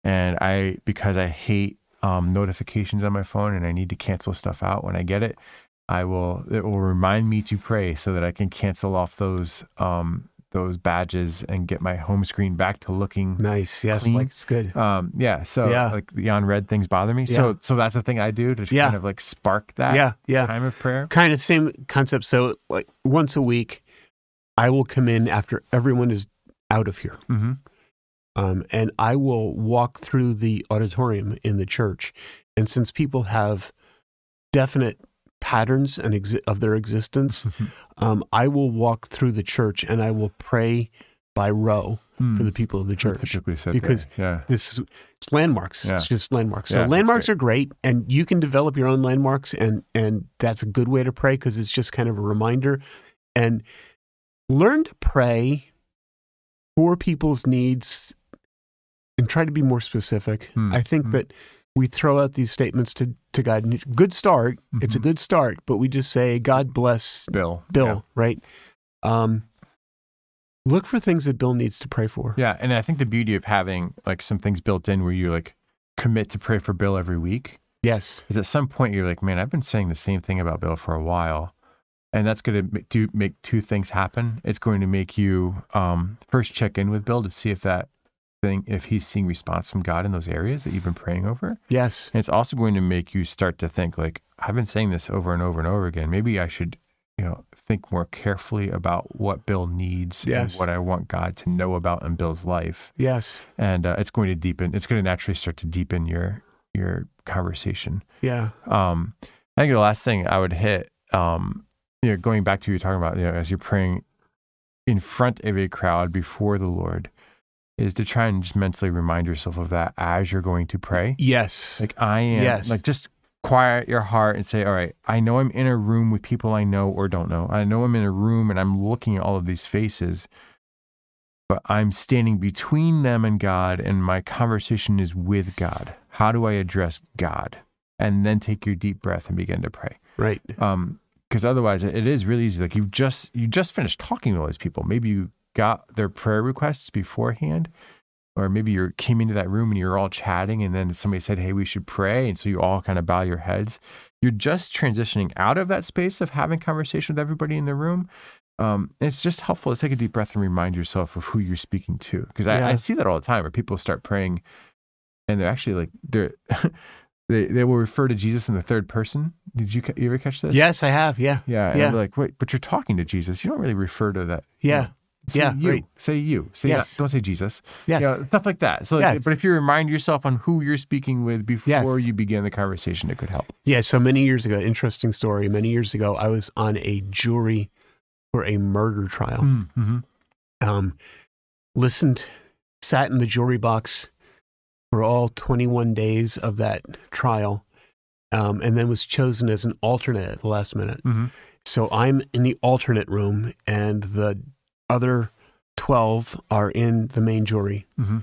Speaker 1: and I because I hate um, notifications on my phone and I need to cancel stuff out when I get it. I will. It will remind me to pray so that I can cancel off those um, those badges and get my home screen back to looking
Speaker 2: nice. Yes,
Speaker 1: Clean.
Speaker 2: like it's good.
Speaker 1: um, yeah. So
Speaker 2: Yeah.
Speaker 1: like the unread things bother me. So so that's the thing I do to
Speaker 2: Yeah.
Speaker 1: kind of like spark that
Speaker 2: yeah, yeah.
Speaker 1: time of prayer.
Speaker 2: Kind of same concept. So like once a week, I will come in after everyone is out of here.
Speaker 1: Mm-hmm.
Speaker 2: Um, and I will walk through the auditorium in the church. And since people have definite patterns and exi- of their existence,
Speaker 1: Mm-hmm.
Speaker 2: um, I will walk through the church and I will pray by row for the people of the church.
Speaker 1: Mm. Typically said
Speaker 2: because-
Speaker 1: that. yeah.
Speaker 2: This is it's landmarks.
Speaker 1: Yeah.
Speaker 2: It's just landmarks.
Speaker 1: Yeah,
Speaker 2: so
Speaker 1: that's
Speaker 2: landmarks are great, and you can develop your own landmarks, and and that's a good way to pray because it's just kind of a reminder, and learn to pray for people's needs, and try to be more specific.
Speaker 1: Hmm.
Speaker 2: I think
Speaker 1: Hmm.
Speaker 2: that we throw out these statements to to God. and Good start. It's a
Speaker 1: Mhm.
Speaker 2: good start, but we just say God bless
Speaker 1: Bill.
Speaker 2: Bill,
Speaker 1: Yeah.
Speaker 2: right? Um, look for things that Bill needs to pray for.
Speaker 1: Yeah, and I think the beauty of having like some things built in where you like commit to pray for Bill every week
Speaker 2: Yes.
Speaker 1: is at some point you're like, man, I've been saying the same thing about Bill for a while, and that's going to do make two things happen. It's going to make you um, first check in with Bill to see if that thing, if he's seeing response from God in those areas that you've been praying over,
Speaker 2: Yes.
Speaker 1: and it's also going to make you start to think like, I've been saying this over and over and over again. Maybe I should. You know, think more carefully about what Bill needs
Speaker 2: Yes.
Speaker 1: and what I want God to know about in Bill's life
Speaker 2: Yes.
Speaker 1: and uh, it's going to deepen. It's going to naturally start to deepen your your conversation.
Speaker 2: Yeah.
Speaker 1: Um, I think the last thing I would hit, um, you know, going back to what you're talking about, you know, as you're praying in front of a crowd before the Lord, is to try and just mentally remind yourself of that as you're going to pray.
Speaker 2: Yes.
Speaker 1: Like I am,
Speaker 2: Yes.
Speaker 1: like just quiet your heart and say, all right, I know I'm in a room with people I know or don't know. I know I'm in a room and I'm looking at all of these faces, but I'm standing between them and God, and my conversation is with God. How do I address God? And then take your deep breath and begin to pray.
Speaker 2: right.
Speaker 1: Um, because otherwise, it it is really easy. Like you've just you just finished talking to all these people. Maybe you got their prayer requests beforehand, or maybe you came into that room and you're all chatting, and then somebody said, "Hey, we should pray," and so you all kind of bow your heads. You're just transitioning out of that space of having conversation with everybody in the room. Um, it's just helpful to take a deep breath and remind yourself of who you're speaking to, because I,
Speaker 2: Yeah.
Speaker 1: I see that all the time where people start praying, and they're actually like they're. They, they will refer to Jesus in the third person. Did you, ca- you ever catch this?
Speaker 2: Yes, I have. Yeah.
Speaker 1: Yeah. And
Speaker 2: Yeah.
Speaker 1: I'd be like, wait, but you're talking to Jesus. You don't really refer to that.
Speaker 2: Yeah.
Speaker 1: Say
Speaker 2: Yeah,
Speaker 1: You.
Speaker 2: right.
Speaker 1: Say you. Say
Speaker 2: Yes.
Speaker 1: yes. don't say Jesus.
Speaker 2: Yes.
Speaker 1: You know, stuff like that. So, like,
Speaker 2: Yes.
Speaker 1: but if you remind yourself on who you're speaking with before
Speaker 2: Yes.
Speaker 1: you begin the conversation, it could help.
Speaker 2: Yeah. So many years ago, interesting story. Many years ago, I was on a jury for a murder trial.
Speaker 1: Mm-hmm.
Speaker 2: Um, listened, sat in the jury box for all 21 days of that trial, um, and then was chosen as an alternate at the last minute.
Speaker 1: Mhm.
Speaker 2: So I'm in the alternate room, and the other 12 are in the main jury.
Speaker 1: Mm-hmm.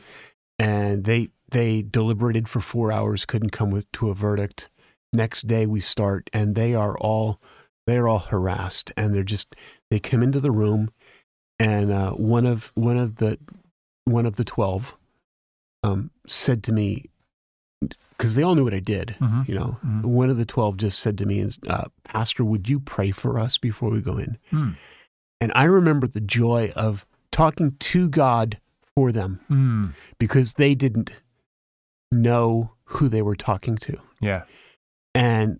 Speaker 2: and they they deliberated for four hours, couldn't come with, to a verdict. Next day we start, and they are all they are all harassed, and they're just they come into the room, and uh, one of one of the one of the twelve um, said to me because they all knew what I did,
Speaker 1: Mm-hmm.
Speaker 2: you know.
Speaker 1: Mhm.
Speaker 2: One of the twelve just said to me, uh, "Pastor, would you pray for us before we go in?" And I remember the joy of talking to God for them
Speaker 1: Mm-hmm.
Speaker 2: because they didn't know who they were talking to.
Speaker 1: Yeah.
Speaker 2: And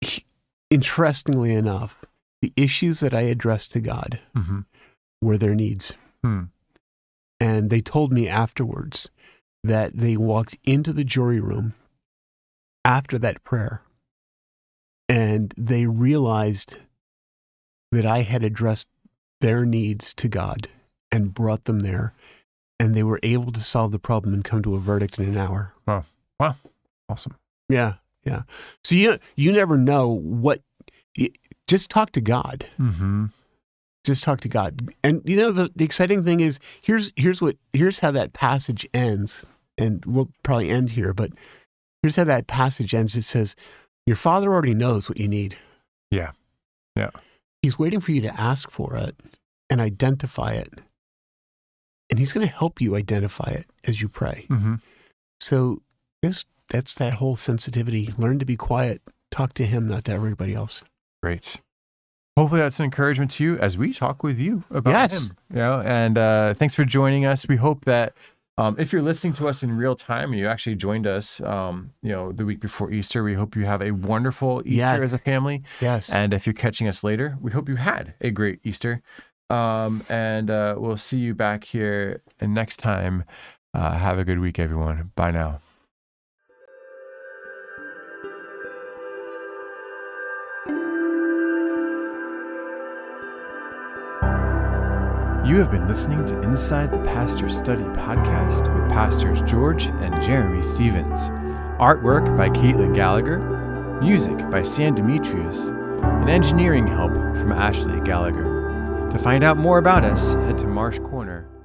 Speaker 2: he- interestingly enough, the issues that I addressed to God
Speaker 1: Mm-hmm.
Speaker 2: were their needs.
Speaker 1: Mm.
Speaker 2: And they told me afterwards that they walked into the jury room after that prayer and they realized that I had addressed their needs to God and brought them there. And they were able to solve the problem and come to a verdict in an hour.
Speaker 1: Awesome.
Speaker 2: Yeah, yeah. So you you never know what. y- Just talk to God.
Speaker 1: Mm-hmm.
Speaker 2: Just talk to God. And you know the, the exciting thing is here's here's what here's how that passage ends, and we'll probably end here, but here's how that passage ends. It says, "Your Father already knows what you need."
Speaker 1: Yeah. Yeah.
Speaker 2: He's waiting for you to ask for it and identify it, and He's going to help you identify it as you pray.
Speaker 1: Mm-hmm.
Speaker 2: So this that's that whole sensitivity. Learn to be quiet. Talk to him, not to everybody else.
Speaker 1: Great. Hopefully that's an encouragement to you as we talk with you about
Speaker 2: Yes.
Speaker 1: him. You know, and uh, thanks for joining us. We hope that um, if you're listening to us in real time and you actually joined us, um, you know, the week before Easter, we hope you have a wonderful Easter
Speaker 2: Yes.
Speaker 1: as a family.
Speaker 2: Yes.
Speaker 1: And if you're catching us later, we hope you had a great Easter.
Speaker 3: Um, and uh, we'll see you back here and next time. Uh, have a good week, everyone. Bye now.
Speaker 1: You have been listening to Inside the Pastor Study podcast with pastors George and Jeremy Stevens. Artwork by Caitlin Gallagher, music by San Demetrius, and engineering help from Ashley Gallagher. To find out more about us, head to marshcorner.com.